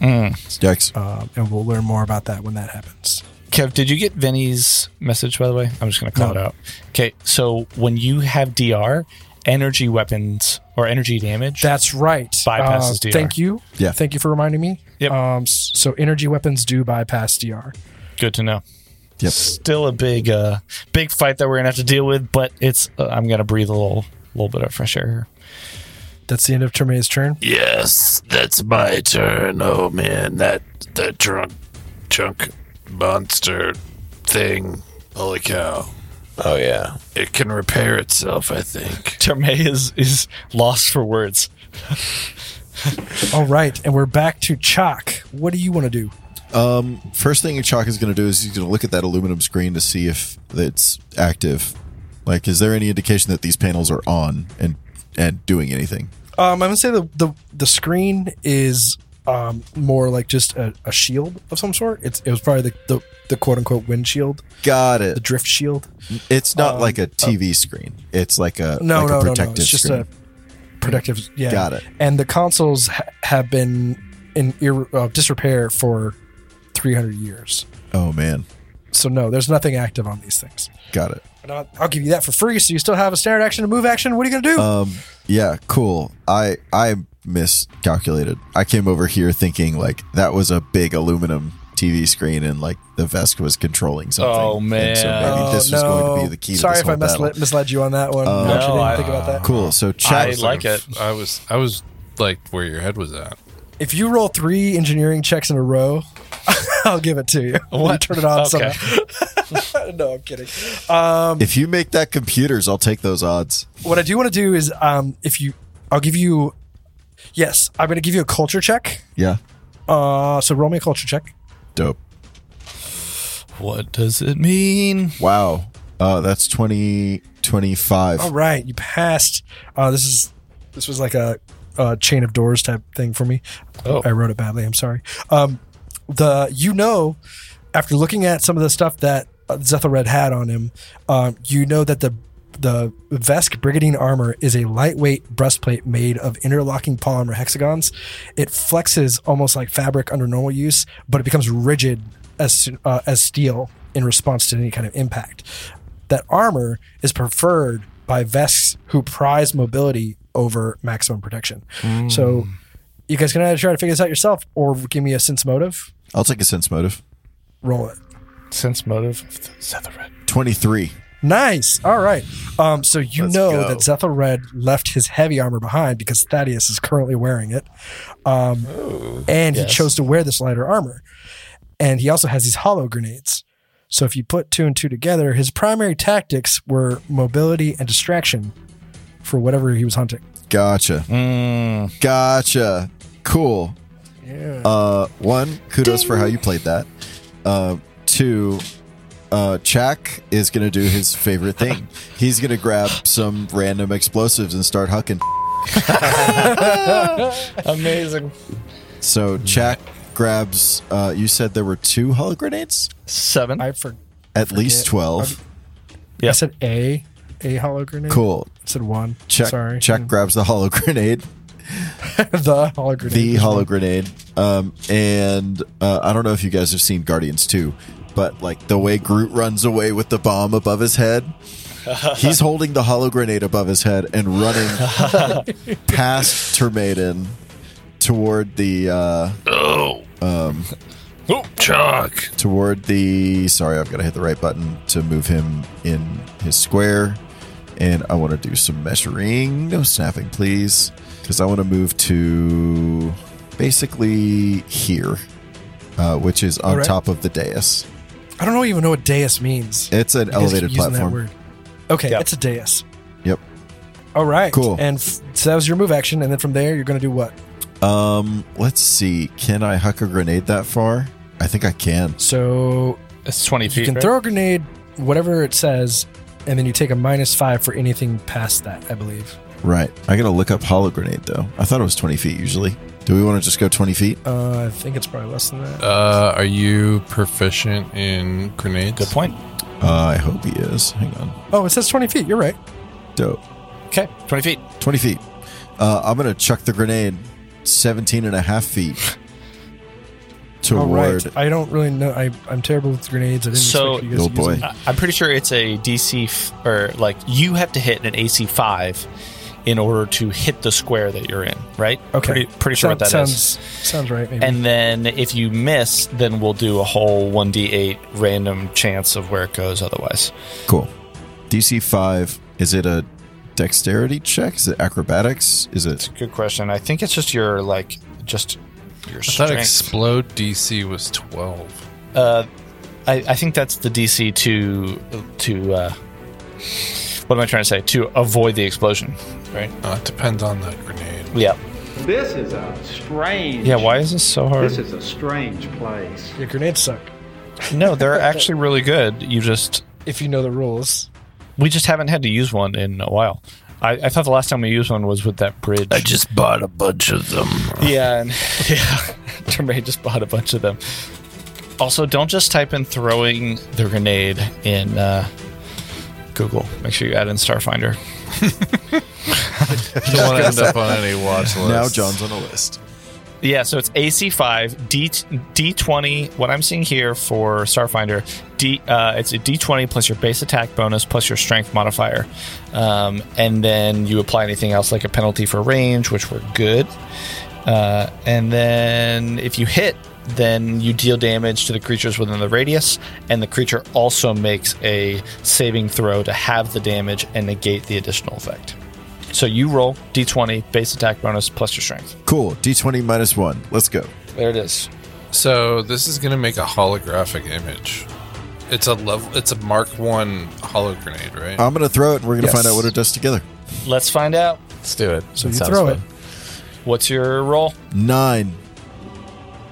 Yikes. Um, and we'll learn more about that when that happens. Kev, did you get Vinny's message, by the way? I'm just going to call No. it out. Okay. So when you have DR, energy weapons or energy damage. That's right. Bypasses Uh, DR. Thank you. Yeah. Thank you for reminding me. Yep. Um, s- so energy weapons do bypass DR. good to know. Yep. Still a big, uh, big fight that we're gonna have to deal with, but it's. Uh, I'm gonna breathe a little, little bit of fresh air here. That's the end of Terme's turn. Yes, that's my turn. Oh man, that that drunk junk monster thing. Holy cow. Oh yeah. It can repair itself, I think. Terme is is lost for words. All right. And we're back to Chalk. What do you want to do? First thing Chalk is going to do is he's going to look at that aluminum screen to see if it's active. Like, is there any indication that these panels are on and and doing anything? Um, I'm gonna say the the, the screen is um, more like just a, a shield of some sort. It's it was probably the, the, the quote unquote windshield, Got the it. drift shield. It's not like a TV screen. It's like a Um, uh, No, like no, a no, protective no. It's just screen. a protective. Yeah, Got it. And the consoles ha- have been in ir- uh, disrepair for 300 years. oh man, So no, there's nothing active on these things. got it. And I'll, I'll give you that for free. So you still have a standard action, a move action. What are you gonna do? Um, yeah, cool. I I miscalculated. I came over here thinking like that was a big aluminum TV screen and like the Vesk was controlling something. Oh, And so man. maybe this Oh, was going to no. be the key. Sorry to this if I whole battle. Oh. misled, misled you on that one. I actually No, didn't I- uh, think about that. Cool. So I Chalk like it. I was, I was like where your head was at. If you roll three engineering checks in a row, I'll give it to you. You turn it on. Okay. somehow. no, I'm kidding. If you make that computers, I'll take those odds. What I do want to do is, um, if you, I'll give you. Yes, I'm going to give you a culture check. Yeah. Uh, so roll me a culture check. Dope. What does it mean? Wow. Uh, that's 20, 25. All right, you passed. Uh, this is this was like a, a chain of doors type thing for me. Oh. I wrote it badly. I'm sorry. Um, the you know, after looking at some of the stuff that uh, Zethelred had on him, um, you know that the the Vesk Brigadine armor is a lightweight breastplate made of interlocking polymer hexagons. It flexes almost like fabric under normal use, but it becomes rigid as soon- uh, as steel in response to any kind of impact. That armor is preferred by Vesks who prize mobility over maximum protection. So, Hmm. you guys can either try to figure this out yourself or give me a sense motive. I'll take a sense motive. Roll it. Sense motive. 23. Nice. All right. Um, so you Let's know go. that Zethel Red left his heavy armor behind because Thaddeus is currently wearing it. Um, Oh, and he chose to wear this lighter armor. And he also has these hollow grenades. So if you put two and two together, his primary tactics were mobility and distraction for whatever he was hunting. Gotcha. Mm. Gotcha. Cool. Uh, one, kudos for how you played that. Uh, two, uh, Chak is going to do his favorite thing. He's going to grab some random explosives and start hucking. Amazing. So Mm. Chak grabs, uh, you said there were two hull grenades? Seven. I for At least 12. I Yep. said a a hollow grenade. Cool. I said one. Check. Sorry. Mm. Check grabs the hollow grenade, the hollow grenade. the hollow grenade. Um, and uh, I don't know if you guys have seen Guardians 2, but like the way Groot runs away with the bomb above his head, he's holding the hollow grenade above his head and running past Termaiden toward the uh, Oh. Um. Chalk. toward the. Sorry, I've got to hit the right button to move him in his square. And I want to do some measuring. No snapping, please. Because I want to move to basically here, uh, which is on All right. top of the dais. I don't even know what dais means. It's an You guys keep elevated using that platform. word. Okay, Yep. it's a dais. Yep. All right. Cool. And f- so that was your move action, and then from there you're going to do what? Um, let's see. Can I huck a grenade that far? I think I can. So That's 20 feet. you can right? throw a grenade, whatever it says, and then you take a minus five for anything past that, I believe. Right. I gotta look up hollow grenade though. I thought it was twenty feet usually. Do we want to just go twenty feet? Uh, I think it's probably less than that. Uh, are you proficient in grenades? Good point. Uh, I hope he is. Hang on. oh, it says 20 feet. You're right. Dope. Okay. 20 feet. 20 feet. Uh, I'm going to chuck the grenade 17 and a half feet All toward. right. I don't really know. I, I'm terrible with grenades. I didn't So- expect you guys Oh, to use boy. them. I- I'm pretty sure it's a DC f- or like you have to hit an AC five in order to hit the square that you're in, right? Okay. Pretty, pretty sure what that is. sounds, Sounds right, maybe. And then if you miss, then we'll do a whole 1d8 random chance of where it goes otherwise. Cool. DC 5. Is it a dexterity check? Is it acrobatics? Is it. Good question. I think it's just your, like, just your I thought strength. explode DC was twelve. uh, I, I think that's the DC to, to, uh, what am I trying to say? To avoid the explosion, right? Uh, it depends on the grenade. Yeah. This is a strange. Yeah. Why is this so hard? This is a strange place. Your grenades suck no, they're actually really good. You just, if you know the rules. we just haven't had to use one in a while. I, I thought the last time we used one was with that bridge. I just bought a bunch of them. Yeah, and yeah. Tremaine just bought a bunch of them. Also, don't just type in throwing the grenade in uh, Google. Make sure you add in Starfinder. You don't want to end up on any watch list. Now John's on a list. Yeah, so it's AC5, D, D20. What I'm seeing here for Starfinder, D, uh, it's a D20 plus your base attack bonus plus your strength modifier. Um, and then you apply anything else like a penalty for range, which we're good. Uh, and then if you hit, then you deal damage to the creatures within the radius, and the creature also makes a saving throw to have the damage and negate the additional effect. So you roll D20, base attack bonus plus your strength. Cool. D20 minus 1. Let's go. There it is. So this is gonna make a holographic image. It's a level. It's a Mark One holo grenade, right? I'm going to throw it and we're going to Yes. find out what it does together. Let's find out. Let's do it. So you throw it. What's your roll? Nine.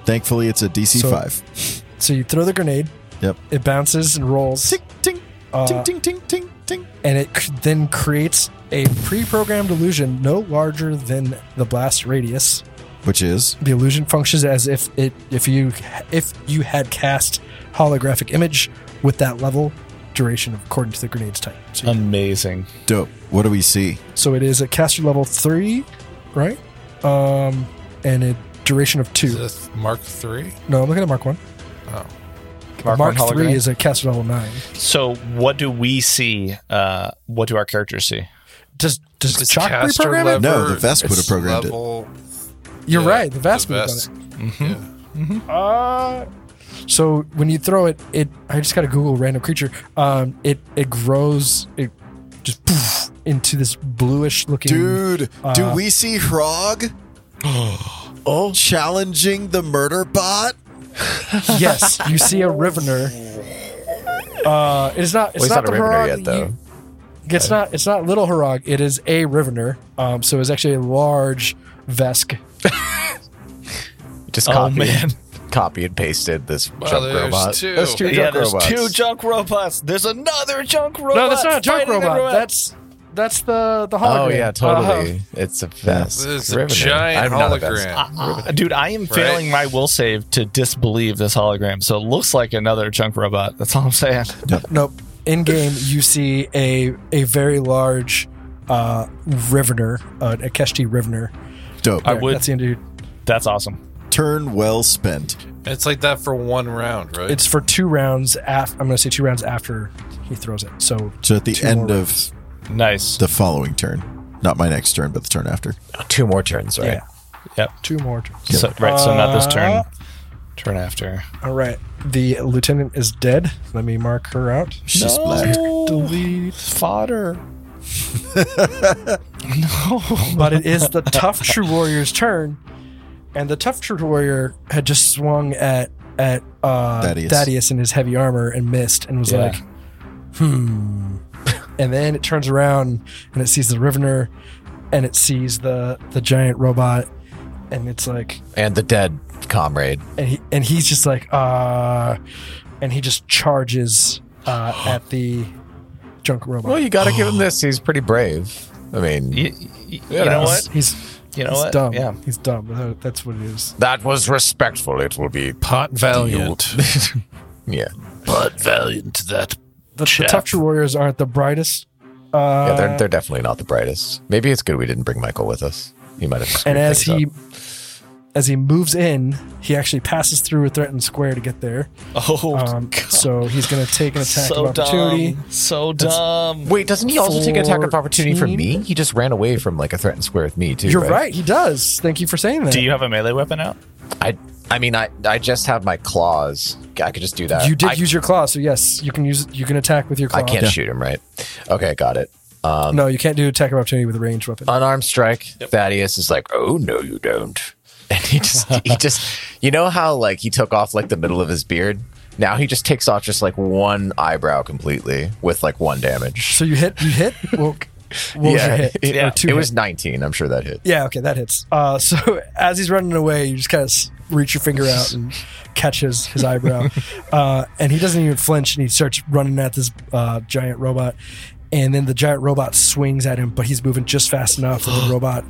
Thankfully, it's a DC So- 5. So you throw the grenade. Yep. It bounces and rolls. Ting, ting, Uh, ting, ting, ting, ting, ting. and it c- then creates a pre-programmed illusion no larger than the blast radius. Which is. The illusion functions as if it if you if you had cast holographic image with that level duration according to the grenade's type. So, Amazing. Dope. What do we see? so it is at caster level three, right? Um, and a duration of Is two. this Mark Three? No, I'm looking at Mark one. Oh, Mark, one three hologram. is at caster level nine. So, what do we see? Uh, what do our characters see? Does does the It's chalk caster reprogram it? level- No, the Vest it's would have programmed it. level- You're yeah, right. The vast the would have Vest. done it. So when you throw it, it I just gotta Google random creature. Um, it it grows it just poof, into this bluish looking. Dude, do Uh, we see Frog? oh, challenging the murder bot. Yes, you see a Rivener. Uh, it's not. It's he's not, not a the Rivener Harog yet, that you- it's not. It's not little Harog. It is a Rivener. Um, so it's actually a large Vesk. Just Oh, copy, man. copy and pasted this Well, junk there's robot. two. There's two yeah, junk there's robots. two junk robots. There's another junk robot. no, that's not a junk fighting the robot. robot. That's that's the the hologram. Oh yeah, Uh, totally. Uh-huh. It's a vest. It's a Rivener. giant I'm not a vest. hologram. Ah, dude, I am failing my will save to disbelieve this hologram. So it looks like another junk robot. That's all I'm saying. Nope. In game, you see a a very large uh, Rivener, uh, a Keshti Rivener. Dope. I would. That's the end of That's awesome. Turn well spent. It's like that for one round, right? It's for two rounds. Af- I'm going to say two rounds after he throws it. So So at the Two end more of Nice. the following turn, not my next turn, but the turn after. Two more turns, right? yeah, Yep. two more turns. So, right. So not this turn. Turn after. All right. The lieutenant is dead. Let me mark her out. She's black. Delete fodder. But it is the tough true warrior's turn, and the tough true warrior had just swung at at uh, Thaddeus. Thaddeus. in his heavy armor and missed, and was Yeah. like, "Hmm." and then it turns around and it sees the Rivener, and it sees the the giant robot, and it's like, And the dead comrade. and he and he's just like, uh, and he just charges uh, at the junk robot. Well, you got to give him this. He's pretty brave. I mean, You, you know He's- what? He's You know he's what? dumb. Yeah. he's dumb. That- That's what it is. that was respectful. It will be. pot valiant. Yeah. But valiant that The, the Chap. tough true warriors aren't the brightest. uh, Yeah, they're, they're definitely not the brightest. Maybe it's good we didn't bring Michael with us. He might have. screwed and as things he up. as he moves in, he actually passes through a threatened square to get there. Oh, Um, so he's going to take an attack so of opportunity. dumb. Um, So dumb. wait, doesn't he also take an attack of opportunity from 14? me? He just ran away from like a threatened square with me too. You're right. he does. Thank you for saying that. Do you have a melee weapon out? I I mean I I just have my claws. I could just do that. You did I, use your claw, so yes, you can use you can attack with your claw. I can't shoot him, right? Okay, got it. No, you can't do attack of opportunity with a ranged Uh, weapon. unarmed strike. Thaddeus is like, "Oh no, you don't." And he just he just you know how like he took off like the middle of his beard. Now he just takes off just like one eyebrow completely with like one damage. so you hit you hit. Well, what was your hit? It, Or it two was hit? 19. I'm sure that hit. Yeah, okay, that hits. Uh, so as he's running away, you just kind of reach your finger out and catch his, his eyebrow. uh, and he doesn't even flinch and he starts running at this uh, giant robot. And then the giant robot swings at him, but he's moving just fast enough that the robot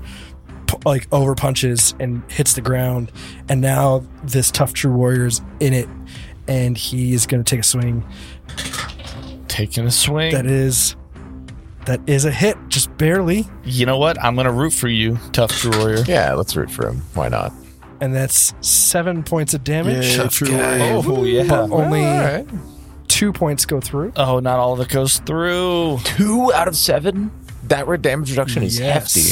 p- like over punches and hits the ground. And now this tough true warrior's in it. And he is going to take a swing. Taking a swing. That is, that is a hit, just barely. you know what? I'm gonna root for you, tough true warrior. Yeah, let's root for him. Why not? And that's seven points of damage. Oh But yeah. only All right. two points go through. Oh, not all of it goes through. Two out of seven. That red damage reduction is hefty.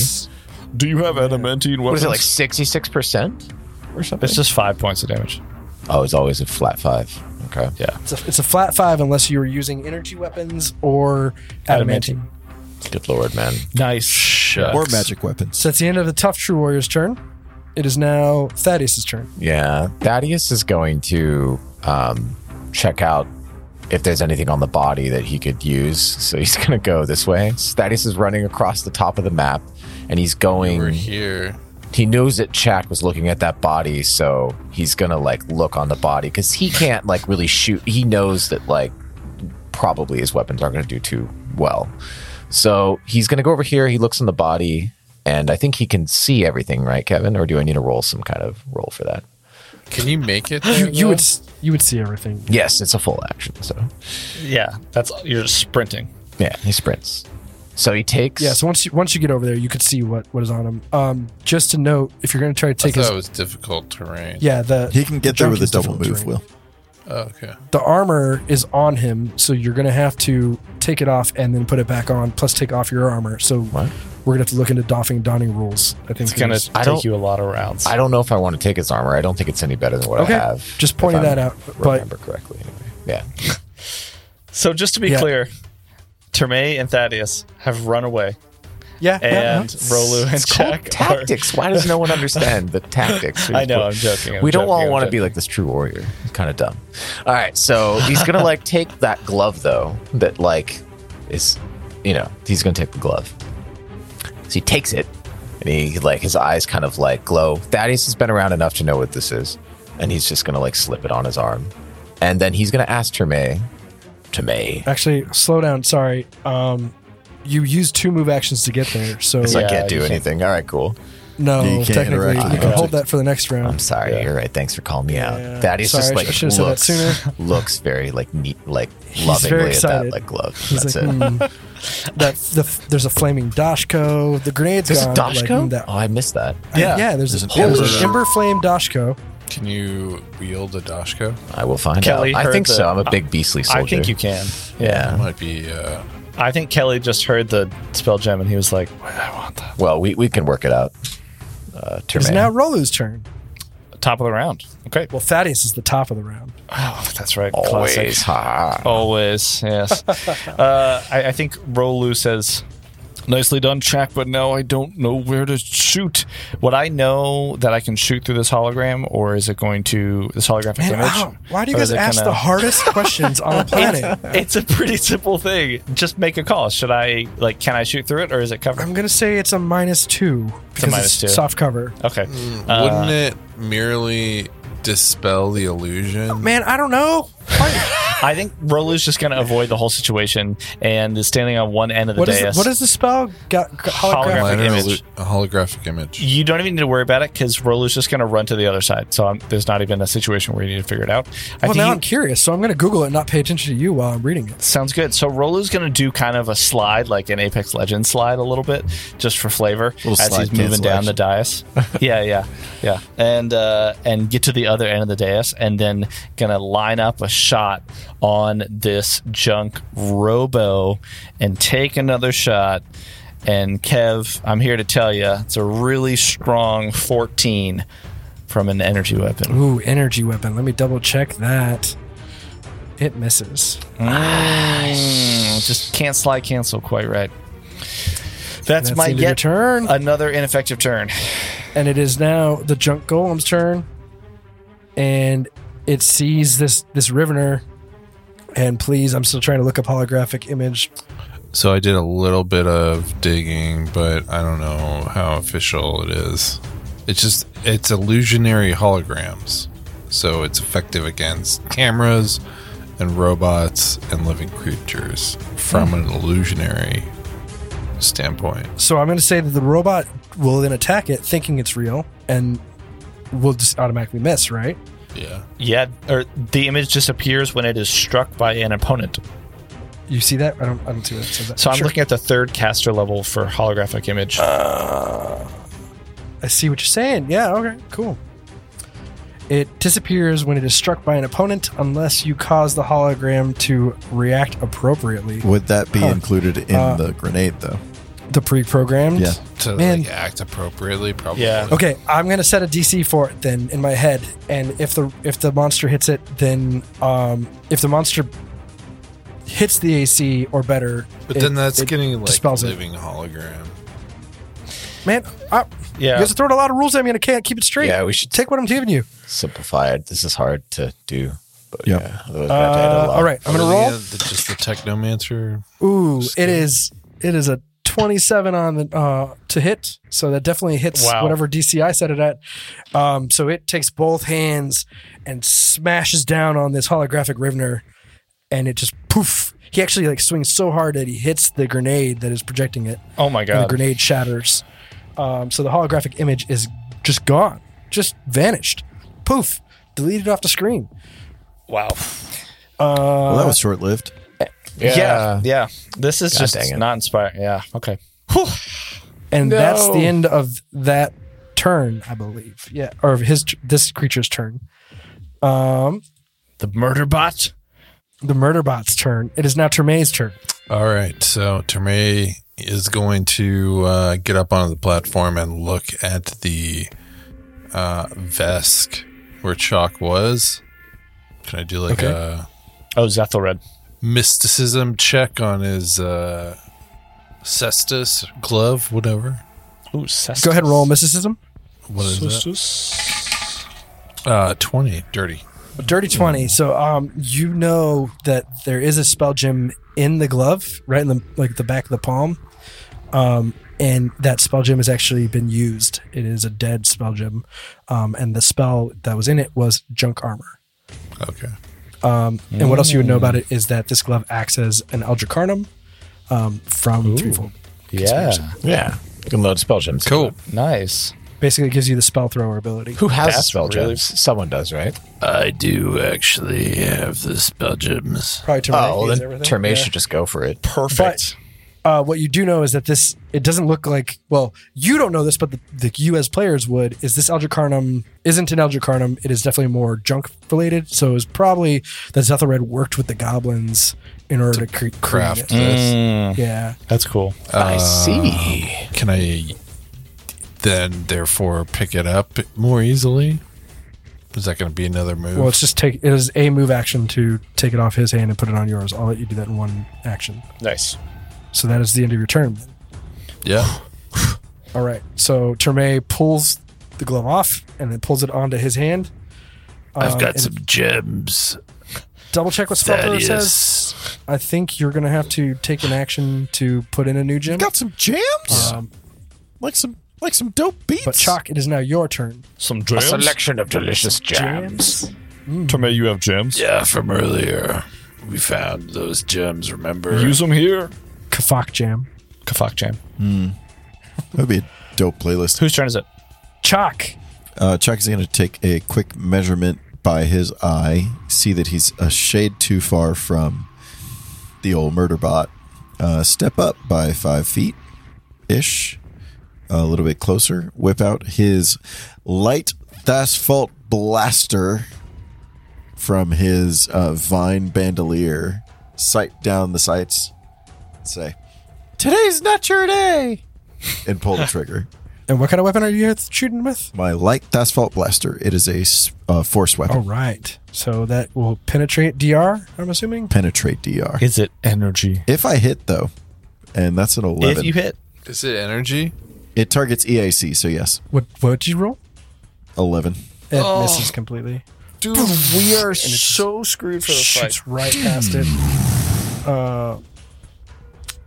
Do you have adamantine weapons? What is it like 66% or something? It's just five points of damage. oh, it's always a flat five. Okay. Yeah. It's a, it's a flat five unless you're using energy weapons or adamantine. Adamantine. Good lord, man. Nice. Shut. Or magic weapons. So that's the end of the tough true warrior's turn. It is now Thaddeus' turn. Yeah. Thaddeus is going to um, check out if there's anything on the body that he could use. So he's going to go this way. So Thaddeus is running across the top of the map and he's going. We're here. he knows that Chak was looking at that body, so he's gonna like look on the body because he can't like really shoot. He knows that like probably his weapons aren't gonna do too well, so he's gonna go over here. He looks on the body, and I think he can see everything, right, Kevin? Or do I need to roll some kind of roll for that? Can you make it? You, there, you would though? s- you would see everything. Yes, it's a full action. So Yeah, that's you're just sprinting. yeah, he sprints. So he takes. Yeah, so once you once you get over there, you could see what what is on him. Um, just to note, if you're going to try to I take thought his it was difficult terrain. yeah the He can get the there with a junkie's double difficult move, terrain. Will. Oh, okay. The armor is on him, so you're going to have to take it off and then put it back on, plus take off your armor. So we're going to have to look into doffing and donning rules. I think It's gonna is- I take don't- you a lot of rounds. I don't know if I want to take his armor. I don't think it's any better than what Okay. I have. Just pointing if I that out, but- Remember correctly. Anyway. Yeah. so just to be Yeah. clear, Terme and Thaddeus have run away, yeah yeah, and Rolu and it's called Jack are- tactics. Why does no one understand the tactics? I know, I'm joking, I'm we don't joking, all I'm want to joking. be like this true warrior. Kind of dumb. All right, so he's gonna like take that glove though. That like is, you know, he's gonna take the glove. So he takes it, and he like his eyes kind of like glow. Thaddeus has been around enough to know what this is, and he's just gonna like slip it on his arm, and then he's gonna ask Terme. Terme, Actually, slow down. Sorry. Um, you used two move actions to get there, so because I Yeah, can't you do can't- anything. All right, cool. no, You can't technically, interact you with can the hold that for the next I'm round. sorry. You're right. Thanks for calling me Yeah. out. Thaddeus Sorry, just I like should've said that looks, sooner. looks very like neat, like very lovingly at that excited. like glove. He's That's like, it. hmm. that the, there's a flaming Dashko. The grenade's There's a gone. like, Dashko? mm, that- oh, I missed that. yeah, yeah. There's, There's a an whole- there's an ember. ember flame Dashko. Can you wield a dashko? I will find Kelly out. I heard think the- so. I'm a big beastly soldier. I think you can. That Yeah. might be. Uh, I think Kelly just heard the spell gem and he was like, "I want that." Well, we, we can work it out. Uh, It's Termaine. now Rolu's turn. Top of the round. Okay. Well, Thaddeus is the top of the round. Oh, that's right. always. Classic. Ha. Always. Yes. uh, I, I think Rolu says, "Nicely done, Jack." But now I don't know where to shoot. Would I know that I can shoot through this hologram, or is it going to this holographic Man, image? wow. Why do you Or guys is it ask gonna- the hardest questions on the planet? It's a pretty simple thing. Just make a call. Should I like? Can I shoot through it, or is it covered? I'm gonna say it's a minus two because it's, minus two. soft cover. Okay. Mm. wouldn't it merely dispel the illusion? Man, I don't know. I think Rolu's just going to avoid the whole situation and is standing on one end of the What is dais. what is the spell? Got, holographic. Holographic. Minor image. illu- a holographic image. you don't even need to worry about it because Rolu's just going to run to the other side. So I'm, there's not even a situation where you need to figure it out. I Well, think now he- I'm curious, so I'm gonna Google it, and not pay attention to you while I'm reading it. sounds good. So Rolu's going to do kind of a slide, like an Apex Legends slide, a little bit, just for flavor, as slide he's moving down the dais. yeah, yeah, yeah, and uh, and get to the other end of the dais, and then going to line up a shot on this junk Robo, and take another shot. And Kev, I'm here to tell you, it's a really strong 14 from an energy weapon. Ooh, energy weapon. Let me double check that. It misses. Mm, just can't slide cancel quite right. That's, That's my the end of your yet turn. another ineffective turn. and it is now the junk golem's turn and it sees this this rivener and please i'm still trying to look up holographic image So I did a little bit of digging, but I don't know how official it is. It's just it's illusionary holograms, so it's effective against cameras and robots and living creatures Hmm. from an illusionary standpoint. so i'm going to say that the robot will then attack it thinking it's real and will just automatically miss right Yeah. Yeah, or the image disappears when it is struck by an opponent. you see that i don't i don't see that, it says that. So I'm Sure. looking at the third caster level for holographic image. Uh, i see what you're saying yeah okay cool it disappears when it is struck by an opponent unless you cause the hologram to react appropriately Would that be Huh. included in Uh, the grenade, though? the pre-programmed Yeah. To Man. like act appropriately, probably. Yeah. Okay, I'm gonna set a DC for it then in my head, and if the if the monster hits it, then um, if the monster hits the AC or better, But it- then that's it getting like dispels it. living hologram. man. I, You yeah, guys are throwing a lot of rules at me, and I can't keep it straight. Yeah, we should- take what I'm giving you. Simplify it. This is hard to do. But Yep. yeah. Otherwise, we have to add Uh, a lot. all right, I'm gonna roll. Yeah, the- just the technomancer. Ooh, it is it is a 27 on the uh, to hit, so that definitely hits Wow. whatever DC I set it at. Um, so it takes both hands and smashes down on this holographic Rivener, and it just poof. He actually like swings so hard that he hits the grenade that is projecting it, Oh my and the god. grenade shatters. Um, so the holographic image is just gone, just vanished, poof, deleted off the screen. Wow. well, that was short lived. Yeah. Yeah. This is dang just it. not inspiring. Yeah. Okay. and that's No. the end of that turn, I believe. Yeah, or of his this creature's turn. Um, The murder bot. the murder bot's turn. It is now Tremaine's turn. All right. So Terme is going to uh, get up onto the platform and look at the uh, Vesk where Chalk was. Can I do like Okay. a Oh, Zethelred. mysticism check on his uh, cestus glove, whatever? Ooh, Cestus. Go ahead and roll mysticism. What is that? Uh, 20. Dirty. Dirty 20. So um you know that there is a spell gem in the glove, right in the like the back of the palm. Um and that spell gem has actually been used. It is a dead spell gem. Um and the spell that was in it was junk armor. Okay. And what else you would know about it is that this glove acts as an Eldracarnum um from Threefold. Yeah. Yeah. You can load spell gems. Cool. Nice. Basically it gives you the spell thrower ability. Who has That's spell really- gems? Someone does, right? I do actually have the spell gems. Probably to Oh, raise then everything. Terme Yeah. should just go for it. Perfect. uh, what you do know is that this it doesn't look like well you don't know this but the, the you as players would is this Eldracarnum isn't an Eldracarnum it is definitely more junk related so it was probably that Zethelred worked with the goblins in order to, cre- Craft craft this. yeah That's cool. I see. Can I then therefore pick it up more easily? Is that going to be another move? well it's just take it is a move action to take it off his hand and put it on yours I'll let you do that in one action Nice. so that is the end of your turn yeah. all right so Terme pulls the glove off and then pulls it onto his hand I've Um, got and some gems. double check what Spellthrower says Thaddeus. I think you're gonna have to take an action to put in a new gym. Got some jams, Um, like some like some dope beats. but Chalk, it is now your turn. Some A gems. selection of delicious jams. Tomei, you have gems. Yeah, from earlier. We found those gems, remember? Use them here. Kafak Jam. Kafak jam. That'd be a dope playlist. Whose turn is it? Chalk. Uh, Chuck is going to take a quick measurement by his eye, see that he's a shade too far from the old murder bot. Uh, step up by five feet ish, a little bit closer. Whip out his light asphalt blaster from his uh, vine bandolier. Sight down the sights. Say, "Today's not your day," and pull the trigger And what kind of weapon are you shooting with? my light asphalt blaster. It is a s- uh, force weapon. Oh. All right. So that will penetrate DR. I'm assuming. Penetrate DR. Is it energy? If I hit though, and that's an eleven. If you hit. Is it energy? it targets EAC, so yes, What What did you roll? eleven. It misses completely. Dude, we are so screwed for Shoots right past it. Uh,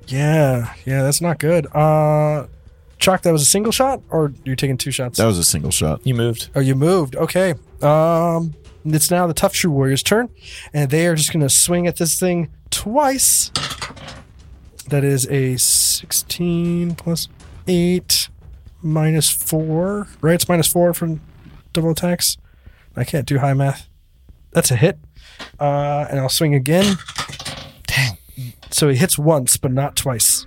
yeah, yeah, that's not good. Uh, Chalk, that was a single shot, or you're taking two shots? That was a single shot. You moved. Oh, you moved. Okay. Um, it's now the Tough Shoe Warrior's turn, and they are just going to swing at this thing twice. That is a 16 plus 8 minus 4, right? It's minus 4 from double attacks. I can't do high math. That's a hit. Uh, and I'll swing again. Dang. So he hits once, but not twice.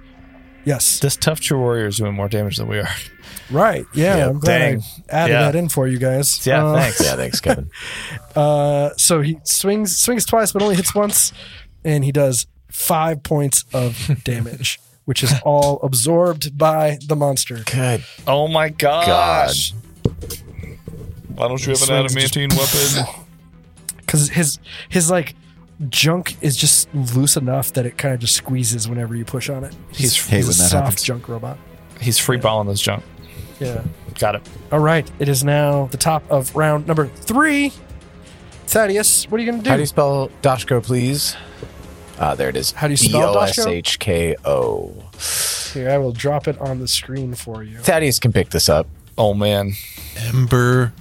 Yes. This tough true warrior is doing more damage than we are. Right. Yeah. I'm glad dang. I added Yeah. that in for you guys. Yeah, Uh, thanks. Yeah, thanks, Kevin. Uh, so he swings swings twice, but only hits once, and he does five points of damage, which is all absorbed by the monster. Good. Oh my gosh. Why don't you have an Swings just- adamantine weapon? Because his his like junk is just loose enough that it kind of just squeezes whenever you push on it. He's- Hey, he's when a that soft happens. junk robot. He's free balling this junk. Yeah. Got it. All right. It is now the top of round number three. Thaddeus, what are you gonna do? How do you spell Doshko, please? Ah, there it is. How do you spell Doshko? D-O-S-H-K-O. Here, I will drop it on the screen for you. Thaddeus can pick this up, Oh man. Ember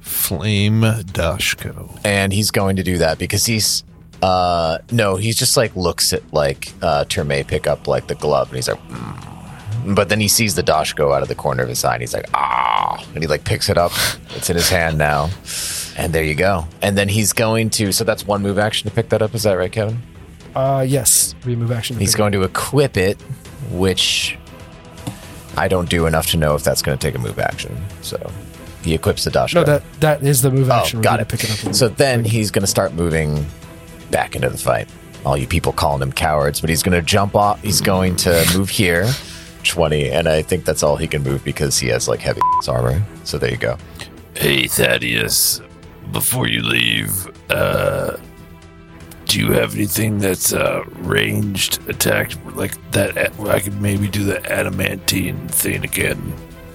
Flame Dashko. and he's going to do that because he's. Uh, no, he's just like looks at like uh Terme pick up like the glove, and he's like, "Mm, But then he sees the Dosh go out of the corner of his eye and he's like, ah. And he like picks it up. It's in his hand now. And there you go. And then he's going to. So that's one move action to pick that up. Is that right, Kevin? Uh, yes, we move action. to He's pick it going to equip it, which I don't do enough to know if that's going to take a move action. So he equips the Dosh. up. No, that that is the move action. Oh, We're got gonna it. Pick it up. so then he's going to start moving back into the fight. All you people calling him cowards, but he's going to jump off. He's going to move here, twenty, and I think that's all he can move because he has like heavy armor. So there you go. Hey, Thaddeus, before you leave, uh, do you have anything that's uh, ranged attack like that? I could maybe do the adamantine thing again.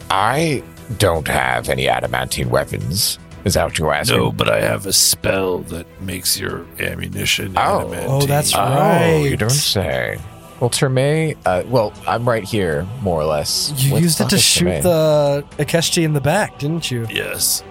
I don't have any adamantine weapons. Is that what you're asking? No, but I have a spell that makes your ammunition Oh. adamantine. Oh, that's Oh, right. you don't say. Well, Terme, uh, well, I'm right here, more or less. You What used it fuck to is shoot Terme? the Akeshi in the back, didn't you? yes.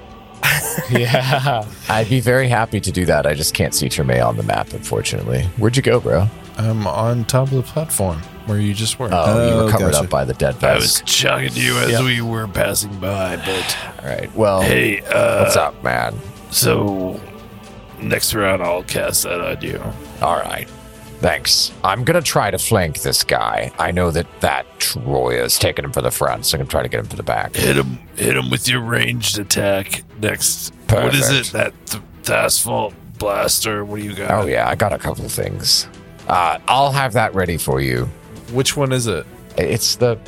Yeah. I'd be very happy to do that. I just can't see Terme on the map, unfortunately. Where'd you go, bro? I'm on top of the platform where you just were. Oh, you Oh, were covered gotcha. up by the dead I was vest. chugging you as Yeah. we were passing by, but All right. Well, hey, uh, what's up, man? So next round, I'll cast that idea. All right. Thanks. I'm going to try to flank this guy. I know that that Troy is taking him for the front, so I'm going to try to get him for the back. Hit him! Hit him with your ranged attack next. What is Perfect. it? That th- the asphalt blaster? What do you got? Oh, yeah. I got a couple things. Uh, I'll have that ready for you. Which one is it? It's the.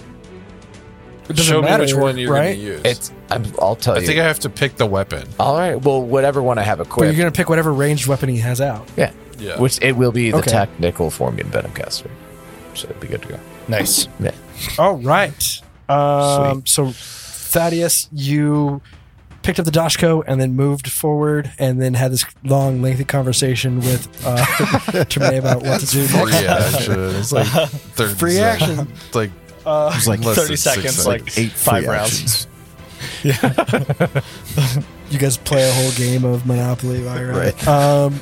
It doesn't Show matter, me which one you're right? going to use. It's. I'm, I'll tell I you. think I have to pick the weapon. All right. Well, whatever one I have But you're equipped. gonna pick whatever ranged weapon he has out. yeah. Yeah. Which it will be the Okay. technical form in Venomcaster. So it'd be good to go. nice. Yeah. All Oh, right. Um, so, Thaddeus, you picked up the Doshko and then moved forward, and then had this long, lengthy conversation with uh, Tremaine about what to do Free next. action. It's like thirty Free sec- action. Uh, It's like It was like Less than 30 six seconds, seconds. like eight five free rounds. actions. You guys play a whole game of Monopoly, all right? Right. Um,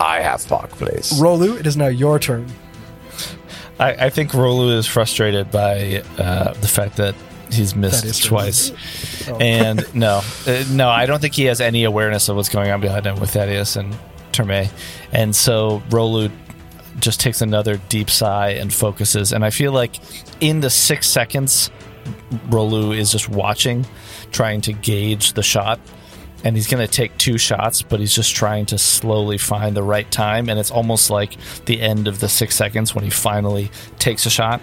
I have Spock, please. Rolu, it is now your turn. I, I think Rolu is frustrated by uh, the fact that he's missed That is true. twice. Oh. And no, uh, no, I don't think he has any awareness of what's going on behind him with Thaddeus and Terme. And so Rolu just takes another deep sigh and focuses. And I feel like in the six seconds, Rolu is just watching, trying to gauge the shot. And he's going to take two shots, but he's just trying to slowly find the right time. And it's almost like the end of the six seconds when he finally takes a shot.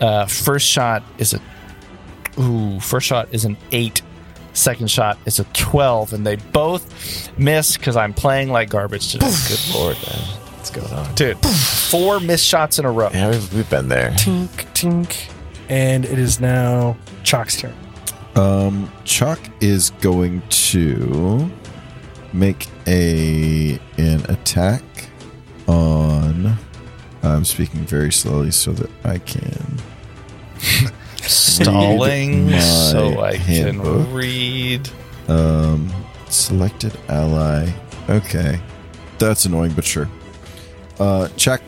Uh, first shot is a ooh. First shot is an eight. Second shot is a twelve, and they both miss because I'm playing like garbage today. Good lord, man. What's going on? Dude, four missed shots in a row. Yeah, we've, we've been there. Tink, tink. And it is now Chalk's turn. Um, Chuck is going to make a an attack on. I'm speaking very slowly so that I can. Stalling, my so I handbook. can read. Um, selected ally. Okay, that's annoying, but sure. Uh, Chuck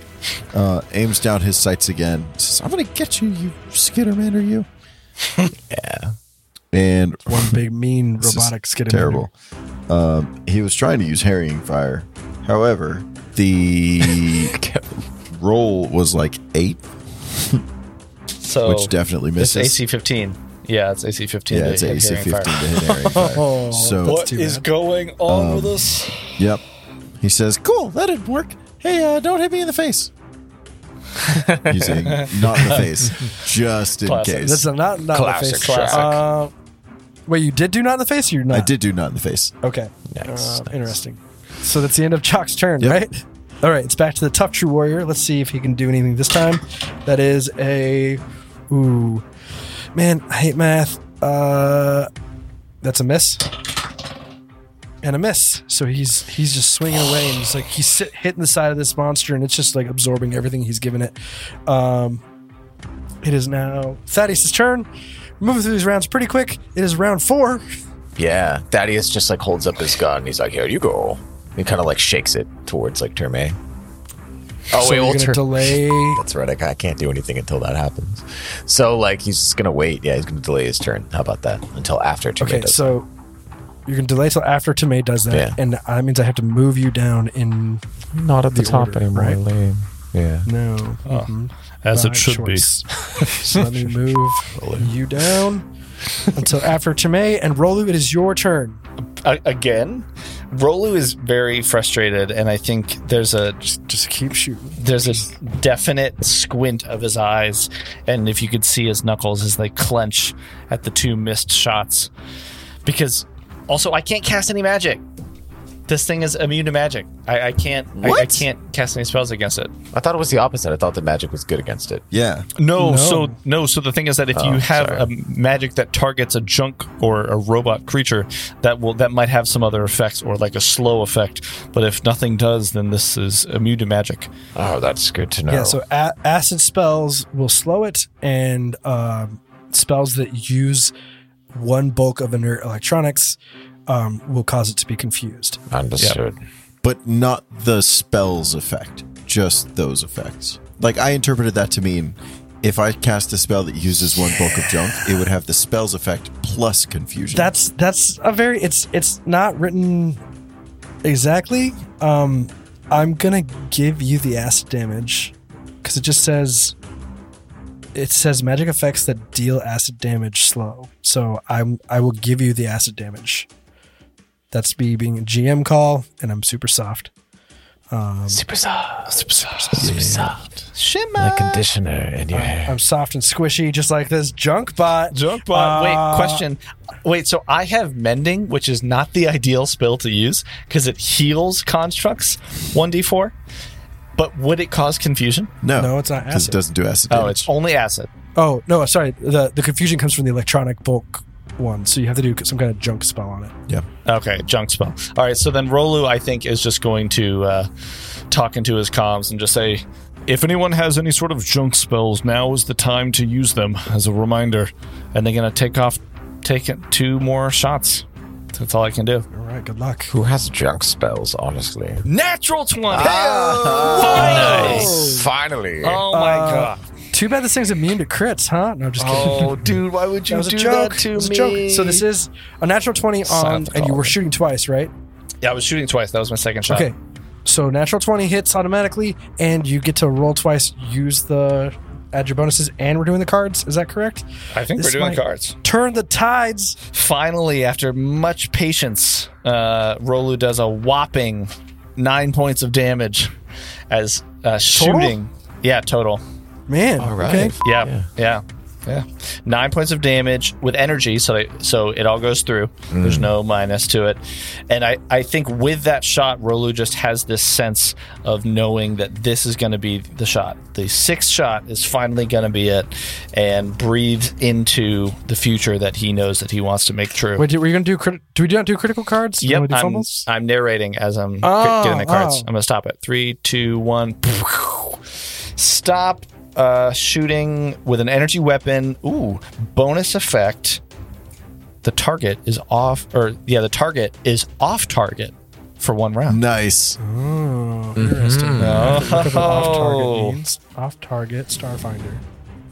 uh, aims down his sights again. Says, "I'm gonna get you, you Skitterman, are you?" yeah. And One big, mean This is robotic skid. terrible. Um, he was trying to use harrying fire. However, the roll was like eight, So which definitely it's misses. AC 15. Yeah, it's AC 15. yeah, to it's hit AC hearing fire. 15 to hit harrying fire. Oh, So, What too is bad. going on with us? Um, yep. He says, cool, that didn't work. Hey, uh, don't hit me in the face. Using not in the face, just in Classic. case. That's a not not in the Classic face. Chuck. Uh, wait, you did do not in the face? Or you're not. I did do not in the face. Okay. Nice, Uh, nice. Interesting. So that's the end of Chalk's turn, Yep. right? All right, it's back to the tough true warrior. Let's see if he can do anything this time. That is a ooh, man, I hate math. Uh, that's a miss and a miss. So he's he's just swinging away and he's like he's sit, hitting the side of this monster and it's just like absorbing everything he's given it. Um, it is now Thaddeus' turn. We're moving through these rounds pretty quick. It is round four. Yeah. Thaddeus just like holds up his gun and he's like, here you go. He kind of like shakes it towards like Terme. Oh, so wait, you're we'll gonna turn- delay. That's right. I, I can't do anything until that happens. So, like, he's just going to wait. Yeah, he's going to delay his turn. How about that? Until after Tume Okay, does so you can delay till after Tomei does that, Yeah. and that means I have to move you down in Not at the the top order, anymore, right? Lame. Yeah. no. As it should be. be. so let me move you down until after Tomei and Rolu. It is your turn. A- again, Rolu is very frustrated, and I think there's a Just keep shooting. there's a definite squint of his eyes, and if you could see his knuckles as they clench at the two missed shots, because also I can't cast any magic. This thing is immune to magic. I, I can't. I, I What? can't cast any spells against it. I thought it was the opposite. I thought the magic was good against it. Yeah. No, Oh, No. so no, so the thing is that if you have a magic that targets a junk or a robot creature, that will that might have some other effects or like a slow effect. But if nothing does, then this is immune to magic. Oh, that's good to know. Yeah, so a- acid spells will slow it, and um, spells that use one bulk of inert electronics um, will cause it to be confused. Understood. But not the spell's effect, just those effects. Like I interpreted that to mean if I cast a spell that uses one bulk of junk, it would have the spell's effect plus confusion. That's that's a very it's it's not written exactly. Um, I'm gonna give you the acid damage because it just says it says magic effects that deal acid damage slow. So I'm I will give you the acid damage. That's me being a GM call, and I'm super soft. Super soft. Super soft. Super soft. Shimmer. Like conditioner in your hair. I'm soft and squishy, just like this junk bot. Junk Uh, bot. Wait, question. Wait, so I have mending, which is not the ideal spell to use because it heals constructs one d four. But would it cause confusion? no, No, it's not 'cause acid. It doesn't do acid. Oh, damage. it's only acid. Oh no, sorry. The the confusion comes from the electronic bulk one, so you have to do some kind of junk spell on it. Okay, junk spell. All right, so then Rolu, I think, is just going to uh, talk into his comms and just say, if anyone has any sort of junk spells, now is the time to use them as a reminder. And they're going to take off, take it two more shots. That's all I can do. All right, good luck. Who has junk spells, honestly? Natural 20. Finally. Oh, my Ah. Uh, God. Too bad this thing's immune to crits, huh? No, I'm just kidding. Oh, dude, why would that you was do a joke. that to It was a me? joke. So this is a natural twenty Son on, of a and you call. were shooting twice, right? Yeah, I was shooting twice. That was my second shot. Okay. So natural twenty hits automatically, and you get to roll twice, use the add your bonuses, and we're doing the cards. Is that correct? I think This we're doing might- cards. Turn the tides. Finally, after much patience, uh, Rolu does a whopping nine points of damage as uh, shooting. Yeah, total. Man. All right. Okay. Yeah, yeah, yeah. Nine points of damage with energy, so they, so it all goes through. There's no minus to it, and I, I think with that shot, Rolu just has this sense of knowing that this is going to be the shot. The sixth shot is finally going to be it, and breathes into the future that he knows that he wants to make true. Wait, did- were you gonna do? Crit- do we not do critical cards? Do you wanna Yep, do I'm, fumbles? I'm narrating as I'm Oh, getting the cards. oh. I'm gonna stop it. Three, two, one. Stop uh, shooting with an energy weapon. Ooh, bonus effect. The target is off, or yeah, the target is off target for one round. nice. Critical off Oh. target means off target starfinder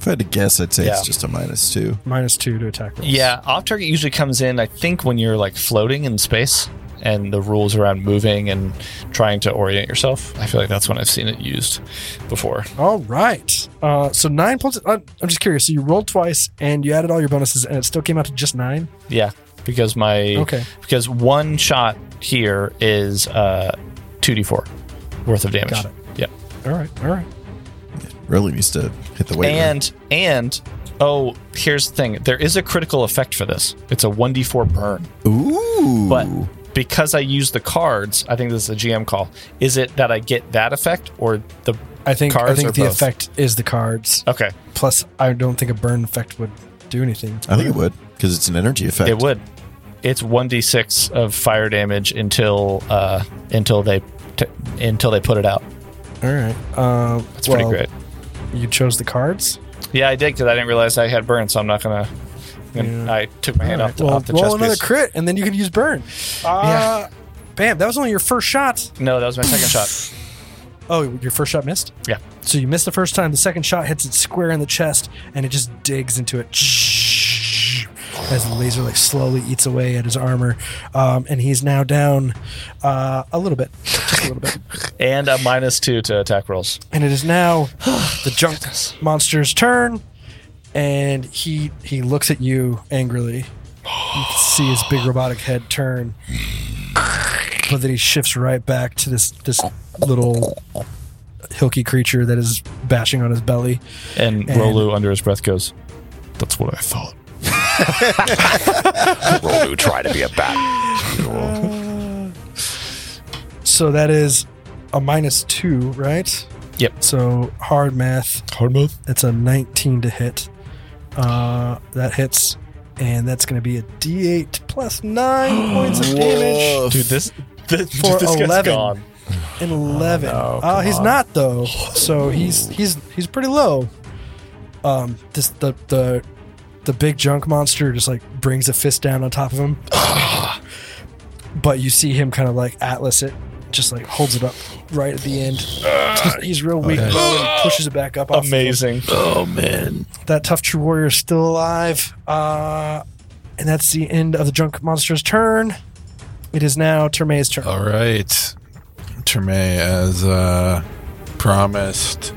If I had to guess, I'd say Yeah. it's just a minus two. minus two to attack rolls. Yeah, off target usually comes in, I think, when you're like floating in space and the rules around moving and trying to orient yourself. I feel like that's when I've seen it used before. All right. Uh, so nine points. I'm, I'm just curious. So you rolled twice and you added all your bonuses, and it still came out to just nine. Yeah, because my Okay. because one shot here is uh two d four worth of damage. Got it. Yeah, All right. All right. Really needs to hit the weight. room. and and oh, here's the thing: there is a critical effect for this. It's a one d four burn, Ooh. but because I use the cards, I think this is a GM call. Is it that I get that effect or the I think Cards I or think the both? Uh, effect is the cards. okay? Plus, I don't think a burn effect would do anything. Uh, I think it would because it's an energy effect. It would. It's one d six of fire damage until uh until they t- until they put it out. All right. Uh, It's well, pretty great. You chose the cards. Yeah, I did because I didn't realize I had burn, so I'm not gonna. Yeah. I took my hand All off right, the, well, off the roll chest another piece. crit, and then you can use burn. Uh, Bam! That was only your first shot. No, that was my second shot. Oh, your first shot missed? Yeah. So you miss the first time. The second shot hits it square in the chest, and it just digs into it. As the laser like slowly eats away at his armor, um, and he's now down uh, a little bit, just a little bit. and a minus two to attack rolls. And it is now the junk monster's turn, and he he looks at you angrily. You can see his big robotic head turn, but then he shifts right back to this this little hilky creature that is bashing on his belly. And, And- Rolu under his breath goes, "That's what I thought." Roll to try to be a bat. So that is a minus two, right? Yep. So hard math. Hard mouth. It's a 19 to hit. Uh, that hits, and that's going to be a D8 plus nine points of damage. Dude, this, this, For this guy's 11. gone. and 11 uh, he's not though so he's he's he's pretty low um this the the the big junk monster just like brings a fist down on top of him but you see him kind of like atlas it just like holds it up right at the end he's real weak though, and pushes it back up off the floor. Amazing. Oh man, that tough true warrior is still alive uh and that's the end of the junk monster's turn it is now Terme's turn All right. Tremay, as uh, promised,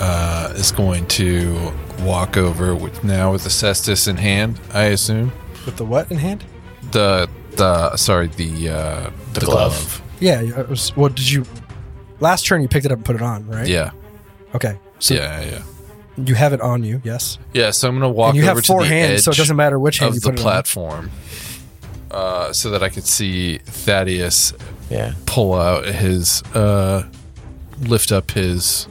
uh, is going to walk over with now with the cestus in hand, I assume. with the what in hand The, the sorry, the, uh, the, glove. Yeah, it was, well, did you last turn you picked it up and put it on, right? Yeah. Okay, so yeah, yeah. you have it on you, yes. Yeah, so I'm going to walk and you over have four to the hands, so it edge doesn't matter which hand you of the put it platform uh, so that I could see Thaddeus Yeah. pull out his uh, lift up his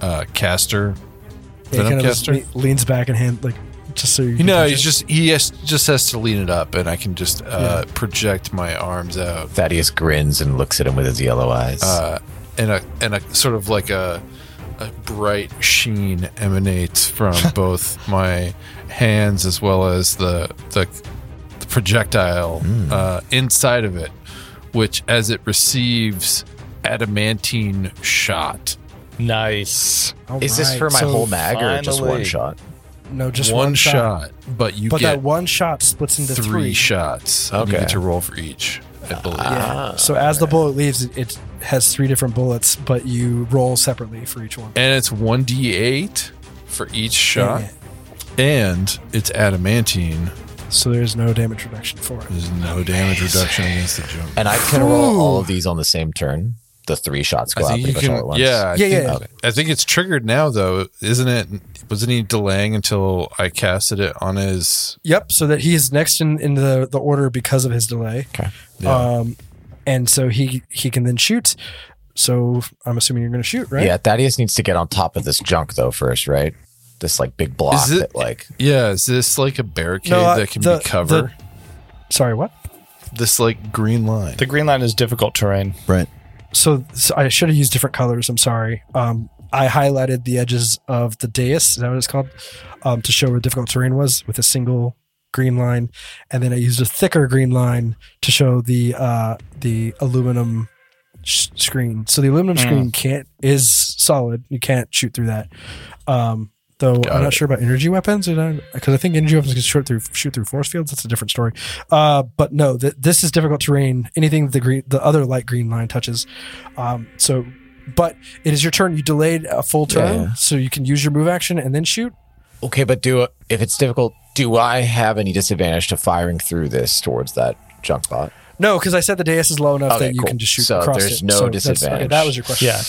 uh, caster. on. Yeah, Venom He kind of just caster. le- leans back and hand like just so you. You can know, touch he's it. just he has, just has to lean it up, and I can just uh, project my arms out, Thaddeus grins and looks at him with his yellow eyes. uh, and a and a sort of like a a bright sheen emanates from both my hands as well as the the, the projectile Hmm. uh, inside of it, which as it receives adamantine shot, Nice. All Is this right, for my so- whole mag or just finally. one shot? No, just one, shot, but you But get that one shot splits into three, three. Ah. shots. and you Okay. get to roll for each. I believe. Yeah. So as the bullet leaves, it, it has three different bullets, but you roll separately for each one. and it's 1d8 for each shot Yeah. and it's adamantine So there is no damage reduction for it. there's no damage reduction against the jump And I can roll all of these on the same turn. The three shots I go out think pretty you much all at can, once. yeah, I Yeah, think, yeah. Okay. I think it's triggered now, though, isn't it? Wasn't he delaying until I casted it on his? Yep. So that he is next in, in the, the order because of his delay. Okay. Um, and so he he can then shoot. So I'm assuming you're going to shoot, right? Yeah, Thaddeus needs to get on top of this junk though first, right? This like big block Is it- that like Yeah, is this like a barricade No, I- that can the- be cover? Sorry, what? this like green line. The green line is difficult terrain. Brent. So, so I should have used different colors. I'm sorry. Um, I highlighted the edges of the dais. Is that what it's called? Um, to show where difficult terrain was with a single green line, and then I used a thicker green line to show the uh, the aluminum sh- screen. So the aluminum Hmm. screen can't is solid. You can't shoot through that. Um, though I'm not sure about energy weapons, because I think energy weapons can shoot through shoot through force fields. That's a different story. Uh, but no, th- this is difficult terrain. Anything the green, the other light green line touches. Um, so, but it is your turn. You delayed a full turn, yeah. so you can use your move action and then shoot. Okay, but do if it's difficult, do I have any disadvantage to firing through this towards that junk bot? No, because I said the dais is low enough Okay, that you cool. can just shoot So across there's it. no that's- Okay, disadvantage. that was your question. Yeah.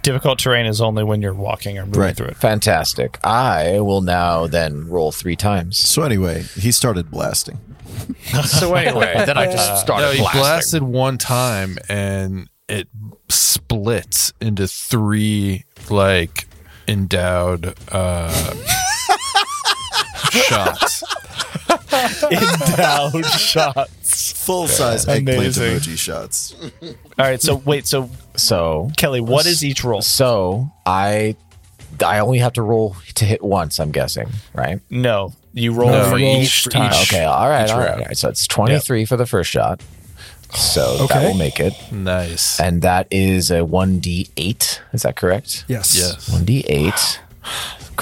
Difficult terrain is only when you're walking or moving Right. through it. Fantastic. I will now then roll three times. So anyway, he started blasting. So anyway, then I just started No, he blasting. blasted one time and it splits into three like endowed uh shots. Endowed shot. Full size eggplant Amazing. emoji shots. All right. So wait. So So Kelly, what is each roll? So I I only have to roll to hit once, I'm guessing, right? No, you roll No, for you roll each for time. each. Okay, all right, all right, round. all right. So it's 23 for the first shot. So that Okay. will make it. Nice. And that is a 1d8. Is that correct? Yes. Yes. 1d8.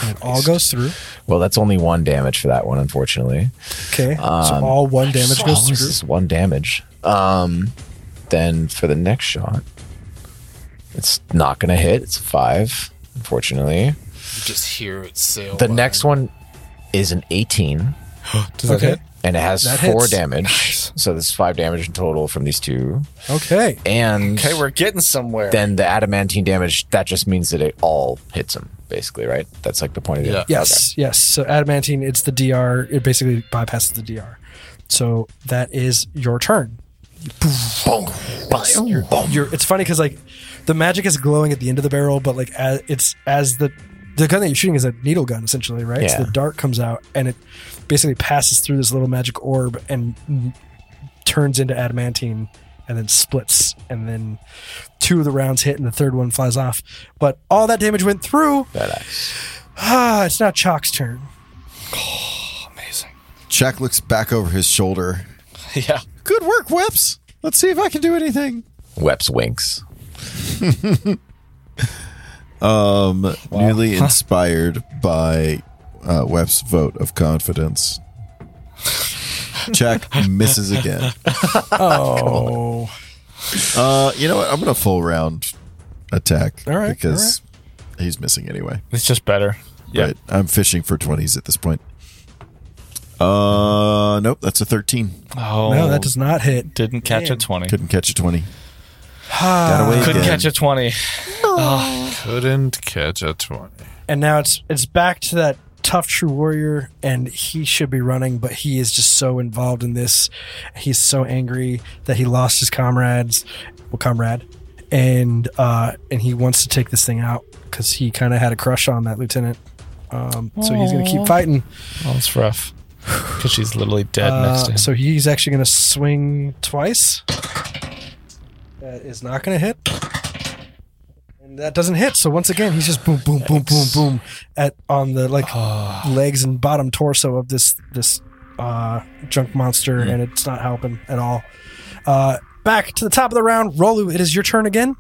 It all goes through. Well, that's only one damage for that one, unfortunately. Okay. so Um, all one damage Just goes always through. this one damage. Um, then for the next shot, it's not going to hit. It's a five, unfortunately. Just hear it sail. The by. next one is an 18, Does that okay. hit? and it has That four hits. damage. So there's five damage in total from these two. Okay. And Okay, we're getting somewhere. then the adamantine damage, that just means that it all hits him, basically, right? That's like the point of it. Yeah. Yes. Yes. So adamantine, it's the DR. It basically bypasses the DR. So that is your turn. Boom. You're, it's funny because like the magic is glowing at the end of the barrel, but like as, it's as the the gun that you're shooting is a needle gun essentially, right? So Yeah. the dart comes out and it basically passes through this little magic orb and m- turns into adamantine and then splits and then two of the rounds hit and the third one flies off. But all that damage went through. Ah, it's now Chalk's turn. Chuck looks back over his shoulder. yeah. Good work, Whips. Let's see if I can do anything. Weps winks. Um, Newly inspired by uh, Web's vote of confidence. Chuck misses again. Oh. Uh, you know what? I'm going to full round attack All right, because he's missing anyway. It's just better. Yeah. Right. I'm fishing for 20s at this point. Uh, nope, that's a 13. Oh, No, that does not hit. didn't catch a 20. Couldn't catch a 20. Got away Couldn't again. catch a 20. Couldn't catch a 20. and now it's it's back to that tough true warrior and he should be running but he is just so involved in this he's so angry that he lost his comrades well comrade and uh and he wants to take this thing out because he kind of had a crush on that lieutenant um so he's gonna keep fighting Oh, that's rough. Because she's literally dead next uh, to him. so he's actually gonna swing twice that is not gonna hit and that doesn't hit so once again he's just boom boom boom boom boom at on the like Ah. legs and bottom torso of this this uh, junk monster, Hmm. and it's not helping at all. Uh, back to the top of the round, Rolu. It is your turn again.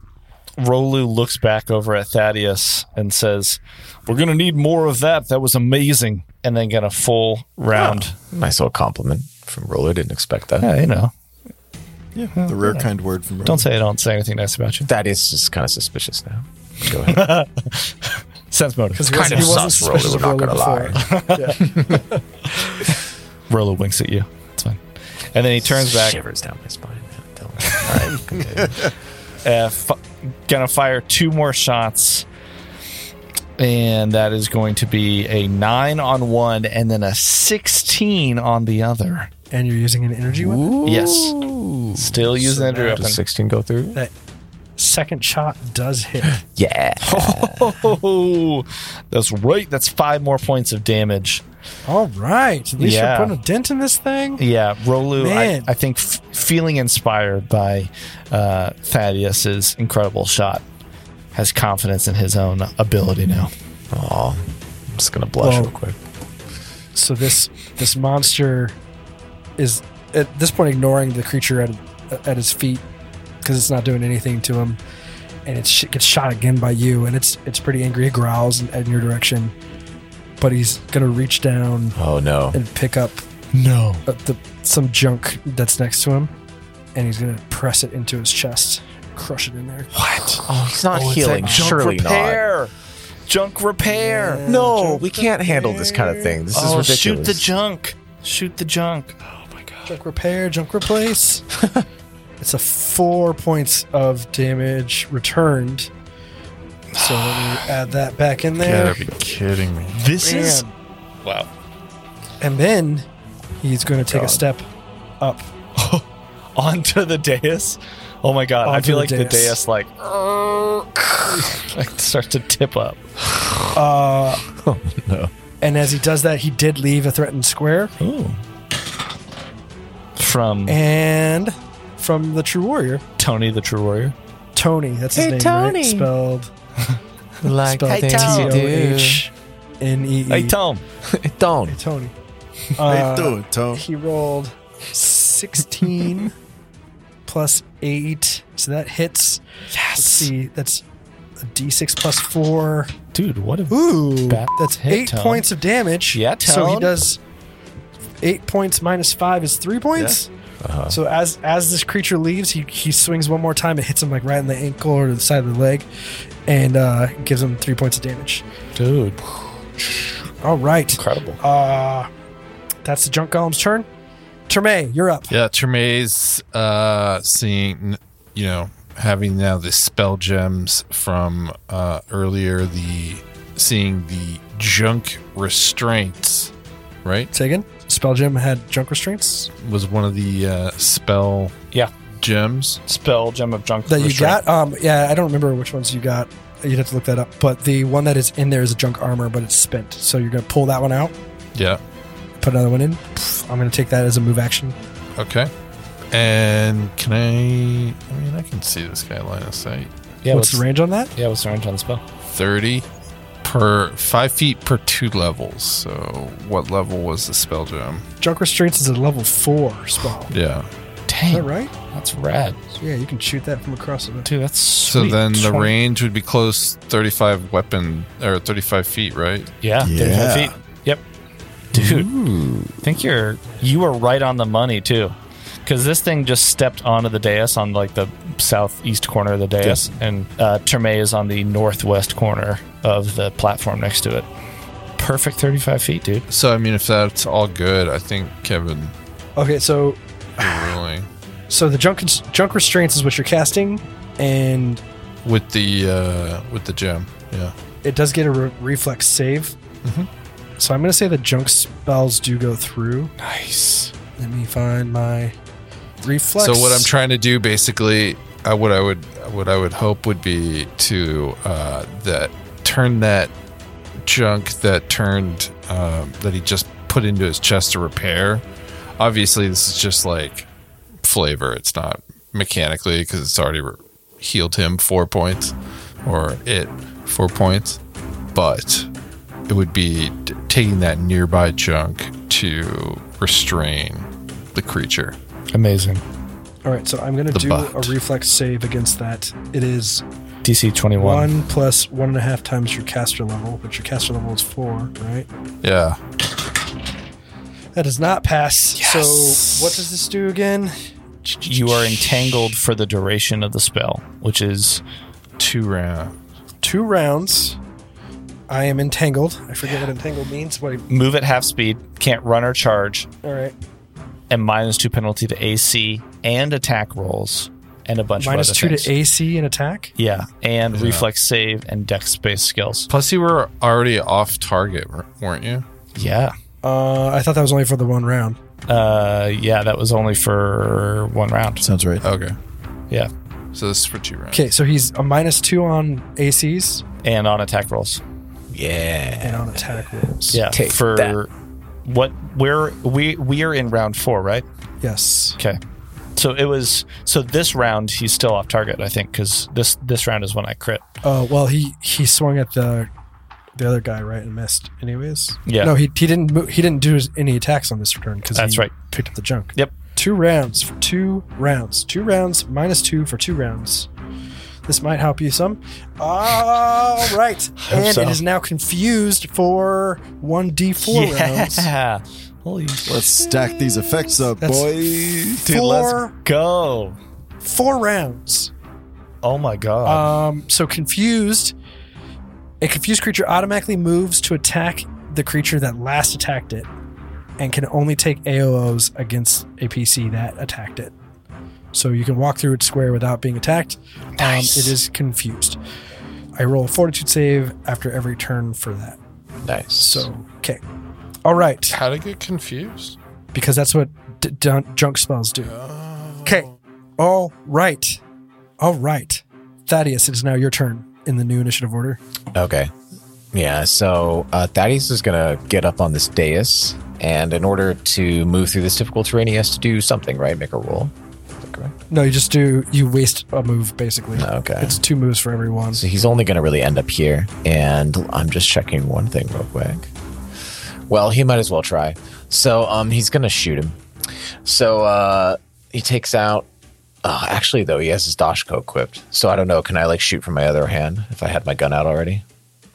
Rolu looks back over at Thaddeus and says, We're going to need more of that. That was amazing. And then get a full round. Nice little compliment from Roller. Didn't expect that. Oh, Yeah, you know. The rare kind word from Don't say I don't say anything nice about you. That is just kind of suspicious now. Go ahead. Sense motive. He kind wasn't- of he wasn't sus, Roller. suspicious We're of not Rolu going to lie. before. Rolu winks at you. It's fine. And then he turns back, Shivers down my spine. man. Don't- uh, f- gonna fire two more shots. And that is going to be a nine on one and then a 16 on the other. And you're using an energy weapon. Yes. Still using Andrew Does weapon. 16 go through? That second shot does hit. Yeah. Oh, that's right. That's five more points of damage. all right. At least Yeah. you're putting a dent in this thing. Yeah, Rolu, I, Man. I think f- feeling inspired by uh, Thaddeus's incredible shot has confidence in his own ability now. Aw. I'm just going to blush Well- real quick. So this this monster is at this point ignoring the creature at at his feet because it's not doing anything to him, and it sh- gets shot again by you, and it's it's pretty angry. It growls in, in your direction, but he's gonna reach down Oh, no. and pick up no the, some junk that's next to him, and he's gonna press it into his chest, crush it in there. Oh, he's not healing. Surely not. repair. Junk repair. No, we can't handle this kind of thing. This is Oh, ridiculous. shoot the junk. Shoot the junk. Junk repair, junk replace. it's a four points of damage returned. So let me add that back in there. Gotta be kidding me. This is Bam. wow. And then he's going to take a step up. Onto the dais. Oh my god. I Onto feel the like the dais. dais like like starts to tip up. And as he does that, he did leave a threatened square. From And from the True Warrior, Tony the True Warrior. Tony. That's his name, right? Spelled Like spelled T O H N E E. Hey Tom. Don't. Tony. How you doing, Tom? He rolled 16 plus eight, so that hits. Let's see, that's a d6 plus four. Dude, what a Ooh, Bad that's hit, eight Tone. points of damage. Yeah, so he Tone. does eight points minus five is three points. Uh-huh. So as as this creature leaves, he he swings one more time. It hits him like right in the ankle or to the side of the leg, and uh, gives him three points of damage. dude. All right, Incredible. uh, that's the junk golem's turn. Terme, you're up. Yeah, Tremaine's uh, seeing, you know, having now the spell gems from uh, earlier, the seeing the junk restraints, right? Say again. Spell gem had junk restraints Was one of the uh, spell Yeah. gems. Spell gem of junk that you restraint. got. Um, yeah, I don't remember which ones you got. You'd have to look that up. But the one that is in there is a junk armor, but it's spent. So you're gonna pull that one out. Yeah. put another one in. Pff, I'm going to take that as a move action. Okay. And can I? I mean, I can see this guy line of sight. Yeah, What's what's, the range on that? yeah, what's the range on the spell? Thirty per five feet per two levels. So what level was the spell gem? Junk restraints is a level four spell. Yeah. Is Dang, that right? that's rad. Yeah, you can shoot that from across the Dude, that's So sweet. then the 20 range would be close 35 weapon or 35 feet, right? Yeah, Yeah. 35 feet. Yep. Dude, I think you're you were right on the money too, because this thing just stepped onto the dais on like the southeast corner of the dais, and uh, Terme is on the northwest corner of the platform next to it. Perfect 35 feet, dude. So I mean, if that's all good, I think Kevin Okay, so you're ruling so the junk junk restraints is what you're casting, and with the uh, with the gem. Yeah. it does get a re- reflex save. Mm-hmm. So I'm going to say the junk spells do go through. Nice. Let me find my reflex. So what I'm trying to do basically, uh, what I would what I would hope would be to uh, that turn that junk that turned um, that he just put into his chest to repair. Obviously, this is just like flavor. It's not mechanically because it's already re- healed him four points or it four points, but it would be t- taking that nearby junk to restrain the creature. Amazing. All right, so I'm going to The do butt. a reflex save against that. It is DC 21. one plus one and a half times your caster level, but your caster level is four, right? Yeah. That does not pass. So what does this do again? You are entangled for the duration of the spell, which is two round. Two rounds. I am entangled. I forget what entangled means. What? move at half speed, can't run or charge, All right. and minus two penalty to AC and attack rolls and a bunch Minus of other two things. to AC and attack. Yeah, and reflex save and dex based skills. Plus, you were already off target, wer- weren't you? Yeah. Uh, I thought that was only for the one round. Uh, yeah, that was only for one round. Sounds right. Okay. Yeah, So this is for two rounds. Okay, so he's a minus two on ACs and on attack rolls. Yeah. and on attack rolls. Yeah, Take for that. what we're we we are in round four, right? Yes. Okay. So it was so this round he's still off target, I think, because this this round is when I crit. Oh well, he he swung at the the other guy right and missed. Anyways. Yeah. No, he he didn't mo- he didn't do his- any attacks on this return because That's right. Picked up the junk. Yep. Two rounds for two rounds. Two rounds minus two for two rounds. This might help you some. All right. and so. it is now confused for 1d4 rounds. yeah. Holy Let's stack these effects up, That's boys. four, go! four rounds. Oh my god. Um, so confused. A confused creature automatically moves to attack the creature that last attacked it and can only take AOs against a PC that attacked it. So you can walk through its square without being attacked. Nice. Um, it is confused. I roll a fortitude save after every turn for that. Nice. So, okay. All right. How to get confused? Because that's what d- dun- junk spells do. Okay. All right. All right. Thaddeus, it is now your turn in the new initiative order. Okay. Yeah, so uh, Thaddeus is going to get up on this dais, and in order to move through this difficult terrain, he has to do something, right? Make a roll. Is that correct? No, you just do you waste a move basically. Okay. It's two moves for every one. So he's only going to really end up here. And I'm just checking one thing real quick. Well, he might as well try. So um, he's going to shoot him. So uh, he takes out Oh, actually, though, he has his Dashko equipped. So I don't know. Can I like shoot from my other hand if I had my gun out already?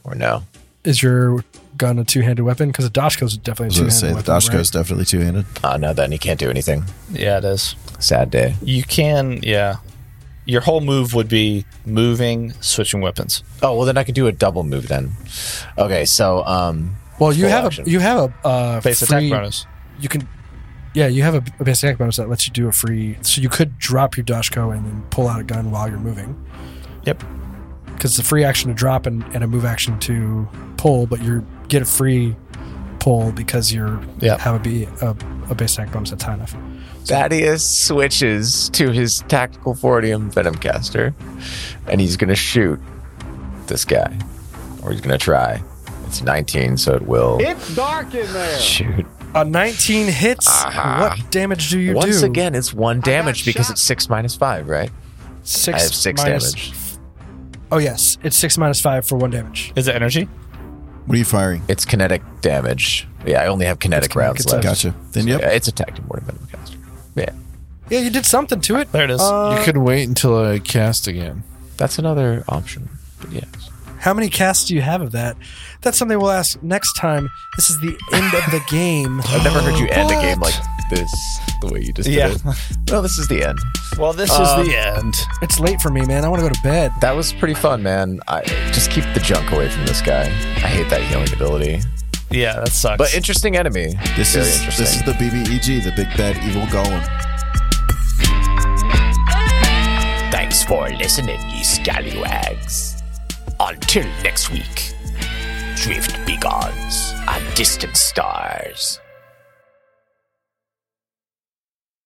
Or no? Is your gun a two handed weapon? Because a Dashko's definitely a I two was handed going to say, weapon. the Dashko's right? definitely two handed. Uh, no, then he can't do anything. Yeah, it is. Sad day. You can, yeah. Your whole move would be moving, switching weapons. Oh, well, then I could do a double move then. Okay, so, um, Well, you full have action. a you have a uh, Base free- attack bonus. You can, yeah, you have a, a base attack bonus that lets you do a free. So you could drop your Dashko and then pull out a gun while you're moving. Yep. because it's a free action to drop and, and a move action to pull, but you get a free pull because you're Yeah. have a, B, a, a base attack bonus that's high enough. Thaddeus switches to his tactical fortium venom caster, and he's gonna shoot this guy, or he's gonna try. It's 19, so it will It's dark in there. shoot. A 19 Uh, hits. What damage do you do? Once again, it's one damage because shot. it's six minus five, right? six I have six minus- damage. Oh yes, it's six minus five for one damage. Is it energy? What are you firing? It's kinetic damage. Yeah, I only have kinetic rounds kinetic left. damage. Gotcha. Then, yep. Yeah, it's a tactical fortium venom caster. Yeah, Yeah, you did something to it. There it is. Uh, you could wait until I cast again. that's another option. But yes. How many casts do you have of that? That's something we'll ask next time. This is the end of the game. I've never heard you end a game like this the way you just Yeah. did it. Well, this is the end. Well, this is the uh, end. It's late for me, man. I want to go to bed. That was pretty fun, man. I just keep the junk away from this guy. I hate that healing ability. Yeah, that sucks. But interesting enemy. This Very is interesting. this is the BBEG, the big bad evil golem. Thanks for listening, ye scallywags. Until next week, drift beacons and distant stars.